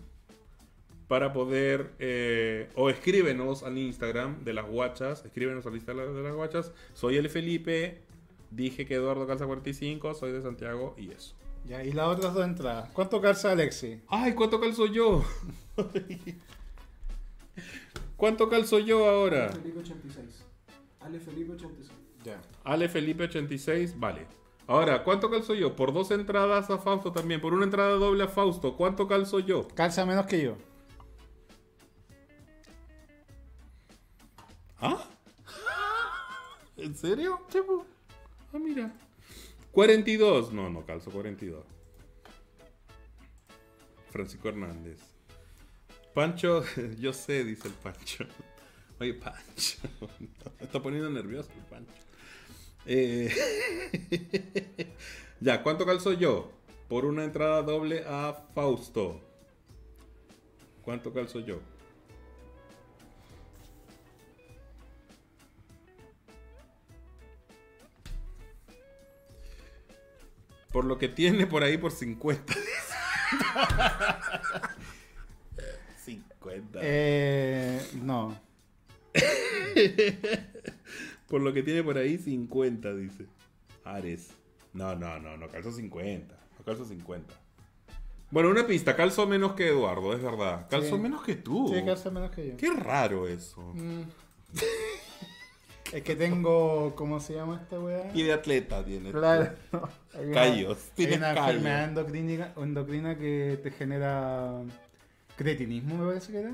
para poder... eh, o escríbenos al Instagram de las guachas. Escríbenos al Instagram de las guachas. Soy Ale Felipe. Dije que Eduardo calza 45. Soy de Santiago y eso. Ya, y las otras dos entradas. ¿Cuánto calza Alexi? Ay, ¿cuánto calzo yo? ¿Cuánto calzo yo ahora? Ale Felipe 86. Ale Felipe 86. Ya. Ale Felipe 86, vale. Ahora, ¿cuánto calzo yo? Por dos entradas a Fausto también, por una entrada doble a Fausto, ¿cuánto calzo yo? Calza menos que yo. ¿Ah? ¿En serio? Chepo. Ah, mira. 42. No, no calzo 42. Francisco Hernández. Pancho, yo sé, dice el Pancho. Oye, Pancho. Me está poniendo nervioso el Pancho. Eh, ya, ¿cuánto calzo yo? Por una entrada doble a Fausto. ¿Cuánto calzo yo? Por lo que tiene por ahí por 50. 50. Eh, no. Por lo que tiene por ahí, 50, dice. Ares. No, no, no, no calzo 50. No calzo 50. Bueno, una pista. Calzo menos que Eduardo, es verdad. Calzo Sí. menos que tú. Sí, calza menos que yo. Uh. Qué raro eso. Mm. es que tengo. ¿Cómo se llama esta weá? Y de atleta tienes. Claro. Hay una- Callos, Hay tienes una callos. enfermedad endocrina, endocrina que te genera cretinismo, me parece que era.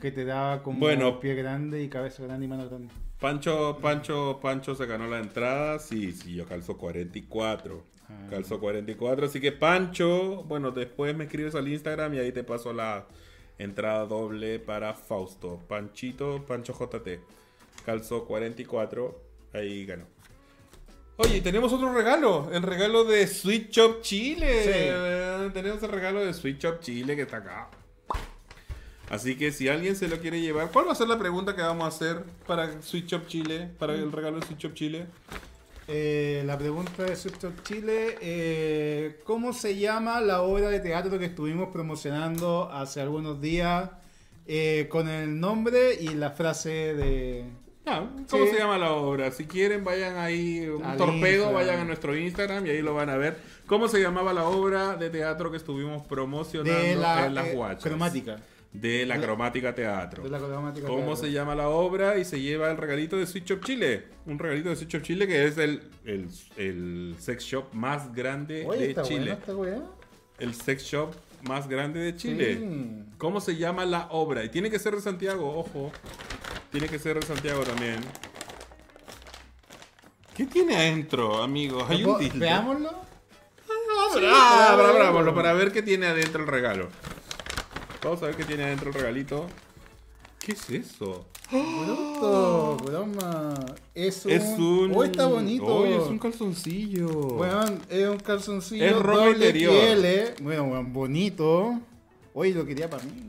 Que te da como Bueno. pie grande y cabeza grande y mano grande. Pancho, Pancho, Pancho se ganó la entrada. Sí, sí, yo calzo 44. Ah. Calzo 44. Así que Pancho, bueno, después me escribes al Instagram y ahí te paso la entrada doble para Fausto. Panchito, Pancho JT. Calzo 44. Ahí ganó. Oye, y tenemos otro regalo. El regalo de Sweet Shop Chile. Sí. Eh, Tenemos el regalo de Sweet Shop Chile que está acá. Así que si alguien se lo quiere llevar, ¿cuál va a ser la pregunta que vamos a hacer para Sweet Shop Chile? Para el regalo de Sweet Shop Chile. Eh, la pregunta de Substop Chile, eh, ¿cómo se llama la obra de teatro que estuvimos promocionando hace algunos días eh, con el nombre y la frase de... Ya, ¿Cómo Sí. se llama la obra? Si quieren, vayan ahí, un Al torpedo, Instagram. vayan a nuestro Instagram y ahí lo van a ver. ¿Cómo se llamaba la obra de teatro que estuvimos promocionando de la en las eh, guachas? cromática. De la cromática teatro. De la cromática. ¿Cómo se llama la obra? Y se lleva el regalito de Sweet Shop Chile. Un regalito de Sweet Shop Chile que es el, el- el sex shop más grande Oye, de está Chile. buena esta weá. El sex shop más grande de Chile. Sí. ¿Cómo se llama la obra? Y tiene que ser de Santiago, ojo. Tiene que ser de Santiago también. ¿Qué tiene adentro, amigos? Hay un ¿Lo po- Ah, dildo. Veámoslo. Abra- abra- abra- abra- para ver qué tiene adentro el regalo. Vamos a ver qué tiene adentro el regalito. ¿Qué es eso? bonito, broma. Es un. Es un. Hoy Oh, está bonito. Hoy es un calzoncillo. Weón, es un calzoncillo. Es ropa doble interior. piel, eh. Bueno, weón, bonito. Hoy lo quería para mí.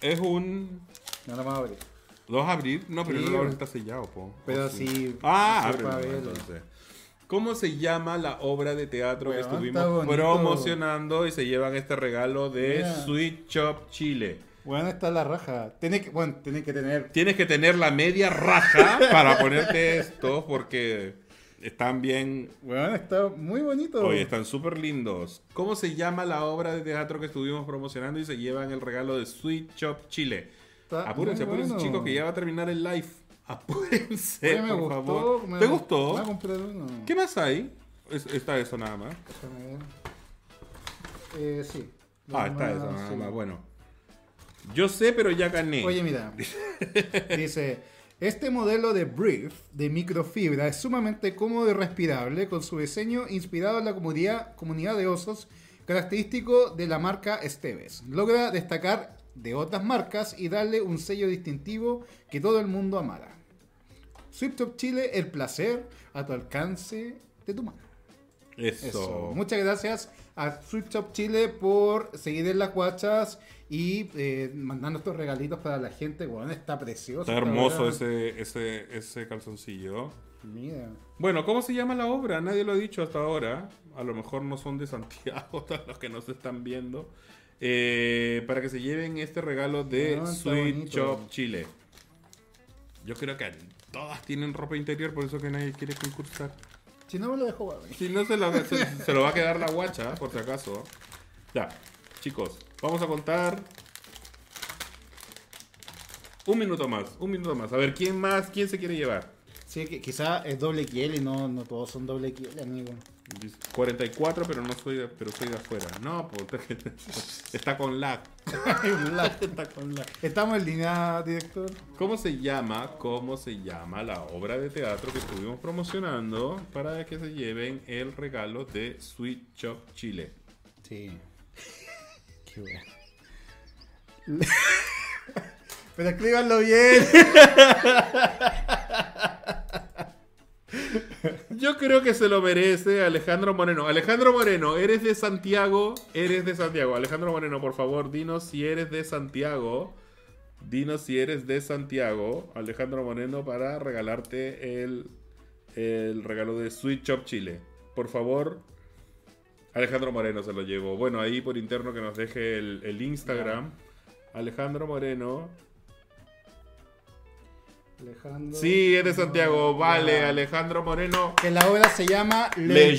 Es un. No lo vamos a abrir. ¿Lo vas a abrir? No, pero Sí, no lo abres, weón. está sellado, po. Pero Oh, sí, Ah, sí, ábrelo, pa' verlo. entonces. ¿Cómo se llama la obra de teatro que Weón, está estuvimos bonito. promocionando y se llevan este regalo de Mira. Sweet Shop Chile? Weón, está la raja. Tiene que, bueno, tiene que tener. Tienes que tener la media raja para ponerte esto porque están bien. Weón, está muy bonito. Oye, están súper lindos. ¿Cómo se llama la obra de teatro que estuvimos promocionando y se llevan el regalo de Sweet Shop Chile? Está Apúrense, Ah, muy apúrense, bueno. chicos, que ya va a terminar el live. Apúrense, Oye, me por gustó, favor. me- ¿Te me Voy a gustó? comprar uno. ¿Qué más hay? Es- está eso nada más. Déjame ver. Eh, sí. Ah, está Vamos eso a- nada sí. más. Bueno. Yo sé, pero ya gané. Oye, mira. Dice, este modelo de brief de microfibra es sumamente cómodo y respirable con su diseño inspirado en la comunidad, comunidad de osos característico de la marca Esteves. Logra destacar de otras marcas y darle un sello distintivo que todo el mundo amará. Swift Top Chile, el placer a tu alcance de tu mano. eso. Eso. Muchas gracias a Swift Shop Chile por seguir en las guachas y eh, mandando estos regalitos para la gente. Bueno, está precioso. Está esta hermoso weá. ese, ese, ese calzoncillo. Mira. Bueno, ¿cómo se llama la obra? Nadie lo ha dicho hasta ahora. A lo mejor no son de Santiago todos los que nos están viendo. Eh, para que se lleven este regalo de Ah, está Sweet bonito. Shop Chile. Yo creo que todas tienen ropa interior, por eso que nadie quiere concursar. Si no me lo dejo, weón. Si no, se, la- se- se lo va a quedar la guacha, por si acaso. Ya, chicos, vamos a contar. Un minuto más, un minuto más. A ver, ¿quién más? ¿Quién se quiere llevar? Sí, que quizá es doble kiel y no, no todos son doble kiel, amigo. Dice, 44, pero no soy de, pero soy de afuera. No, porque está con lag. Está con la- Estamos en línea, director. ¿Cómo se llama? ¿Cómo se llama la obra de teatro que estuvimos promocionando para que se lleven el regalo de Sweet Shop Chile? Sí. Qué bueno. Pero escríbanlo bien. Yo creo que se lo merece Alejandro Moreno. Alejandro Moreno, eres de Santiago, eres de Santiago. Alejandro Moreno, por favor, dinos si eres de Santiago. Dinos si eres de Santiago, Alejandro Moreno, para regalarte el, el regalo de Sweet Shop Chile. Por favor, Alejandro Moreno se lo llevó. Bueno, ahí por interno que nos deje el, el Instagram. Alejandro Moreno. Alejandro. Sí, eres de Santiago. Vale, Ya. Alejandro Moreno. Que la obra se llama Leger.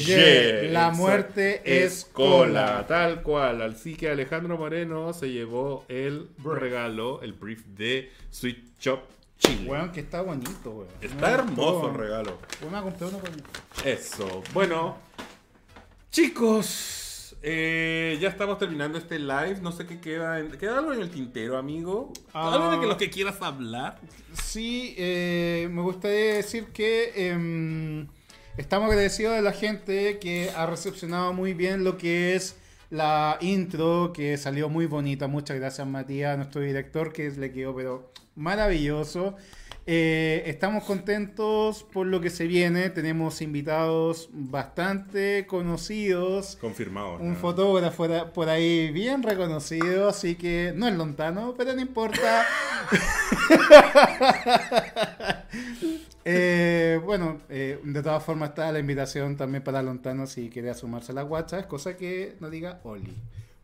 Leger. La Exacto. muerte es Escola, cola. tal cual. Así que Alejandro Moreno se llevó el Brief. regalo, el brief de Sweet Shop Chile. Weón, que está bonito, weón. Está Me hermoso gustó. el regalo. Weón, me compré uno con- Eso. Bueno, chicos, eh, ya estamos terminando este live. No sé qué queda. en- ¿Queda algo en el tintero, amigo? Ah. Algo de que lo que quieras hablar. Sí, eh, me gustaría decir que em, estamos agradecidos de la gente que ha recepcionado muy bien lo que es la intro, que salió muy bonita. Muchas gracias, Matías, a nuestro director, que le quedó pero maravilloso. Eh, estamos contentos por lo que se viene. Tenemos invitados bastante conocidos. Confirmado. Un ¿no? fotógrafo era- por ahí bien reconocido, así que no es lontano, pero no importa. Eh, bueno, eh, de todas formas está la invitación también para lontano si quiere sumarse a las guachas, cosa que no diga Oli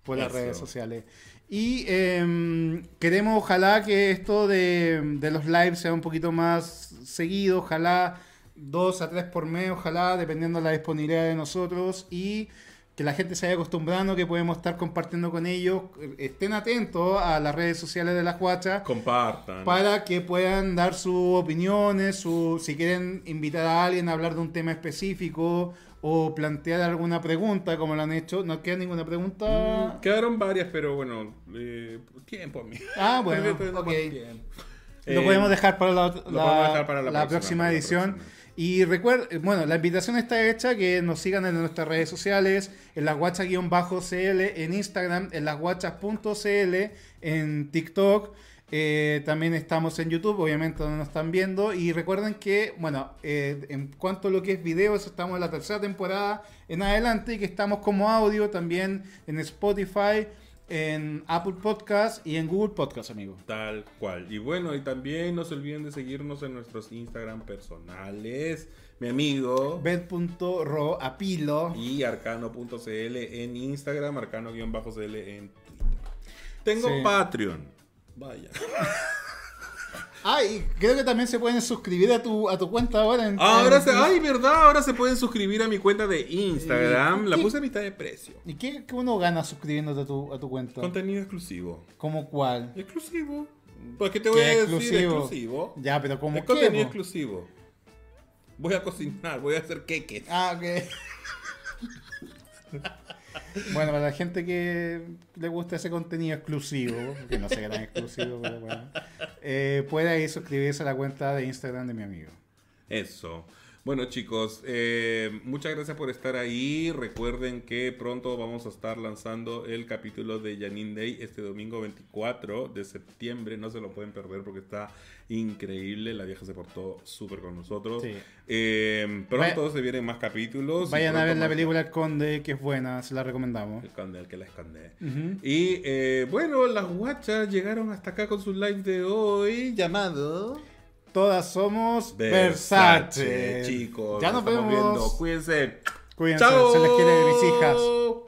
por las Eso. redes sociales. Y em, queremos ojalá que esto de, de los lives sea un poquito más seguido, ojalá dos a tres por mes, ojalá dependiendo de la disponibilidad de nosotros y que la gente se vaya acostumbrando, que podemos estar compartiendo con ellos. Estén atentos a las redes sociales de las guachas Compartan. para que puedan dar sus opiniones, su, si quieren invitar a alguien a hablar de un tema específico o plantear alguna pregunta como lo han hecho. No queda ninguna pregunta. Mm, Quedaron varias, pero bueno, eh, tiempo, amigo. Ah, Estoy bueno, teniendo ok. más tiempo. Lo Eh, podemos dejar para la, lo la- podemos dejar para la la próxima, próxima, para la edición. próxima. Y recuerden, bueno, la invitación está hecha, que nos sigan en nuestras redes sociales, en las guachas-cl, en Instagram, en lasguachas.cl, en TikTok. Eh, también estamos en YouTube, obviamente, donde nos están viendo. Y recuerden que, bueno, eh, en cuanto a lo que es video, eso estamos en la tercera temporada en adelante y que estamos como audio también en Spotify, en Apple Podcast y en Google Podcast, amigos. Eh, Tal cual. Y bueno, y también no se olviden de seguirnos en nuestros Instagram personales. Mi amigo. Bet.ro, apilo. y arcano.cl en Instagram, arcano-cl en Twitter. Tengo Sí. Patreon. Vaya. Ah, y creo que también se pueden suscribir a tu, a tu cuenta ahora. en- Ahora en- se, Ah, ay, verdad, ahora se pueden suscribir a mi cuenta de Instagram. La puse a mitad de precio. ¿Y qué, qué uno gana suscribiéndote a tu, a tu cuenta? Contenido exclusivo. ¿Cómo cuál? Exclusivo. ¿Por qué te voy a ¿Qué decir exclusivo? exclusivo? Ya, pero como Es qué, contenido po? exclusivo. Voy a cocinar, voy a hacer queques. Ah, ok. bueno, para la gente que le gusta ese contenido exclusivo, que no sé qué tan exclusivo, pero bueno, eh, puede ahí suscribirse a la cuenta de Instagram de mi amigo. Eso. Bueno chicos, eh, muchas gracias por estar ahí. Recuerden que pronto vamos a estar lanzando el capítulo de Janine Day este domingo 24 de septiembre. No se lo pueden perder porque está increíble. La vieja se portó súper con nosotros. Sí. Eh, pronto se vienen más capítulos. y Vayan a pronto ver la más- película El Conde, que es buena, se la recomendamos. El conde, el que la esconde. Ujú. Y eh, bueno, las guachas llegaron hasta acá con su live de hoy llamado... Todas somos Versace. chicos. Ya nos estamos vemos. Viendo. Cuídense. Cuídense, Chao. se les quiere de mis hijas.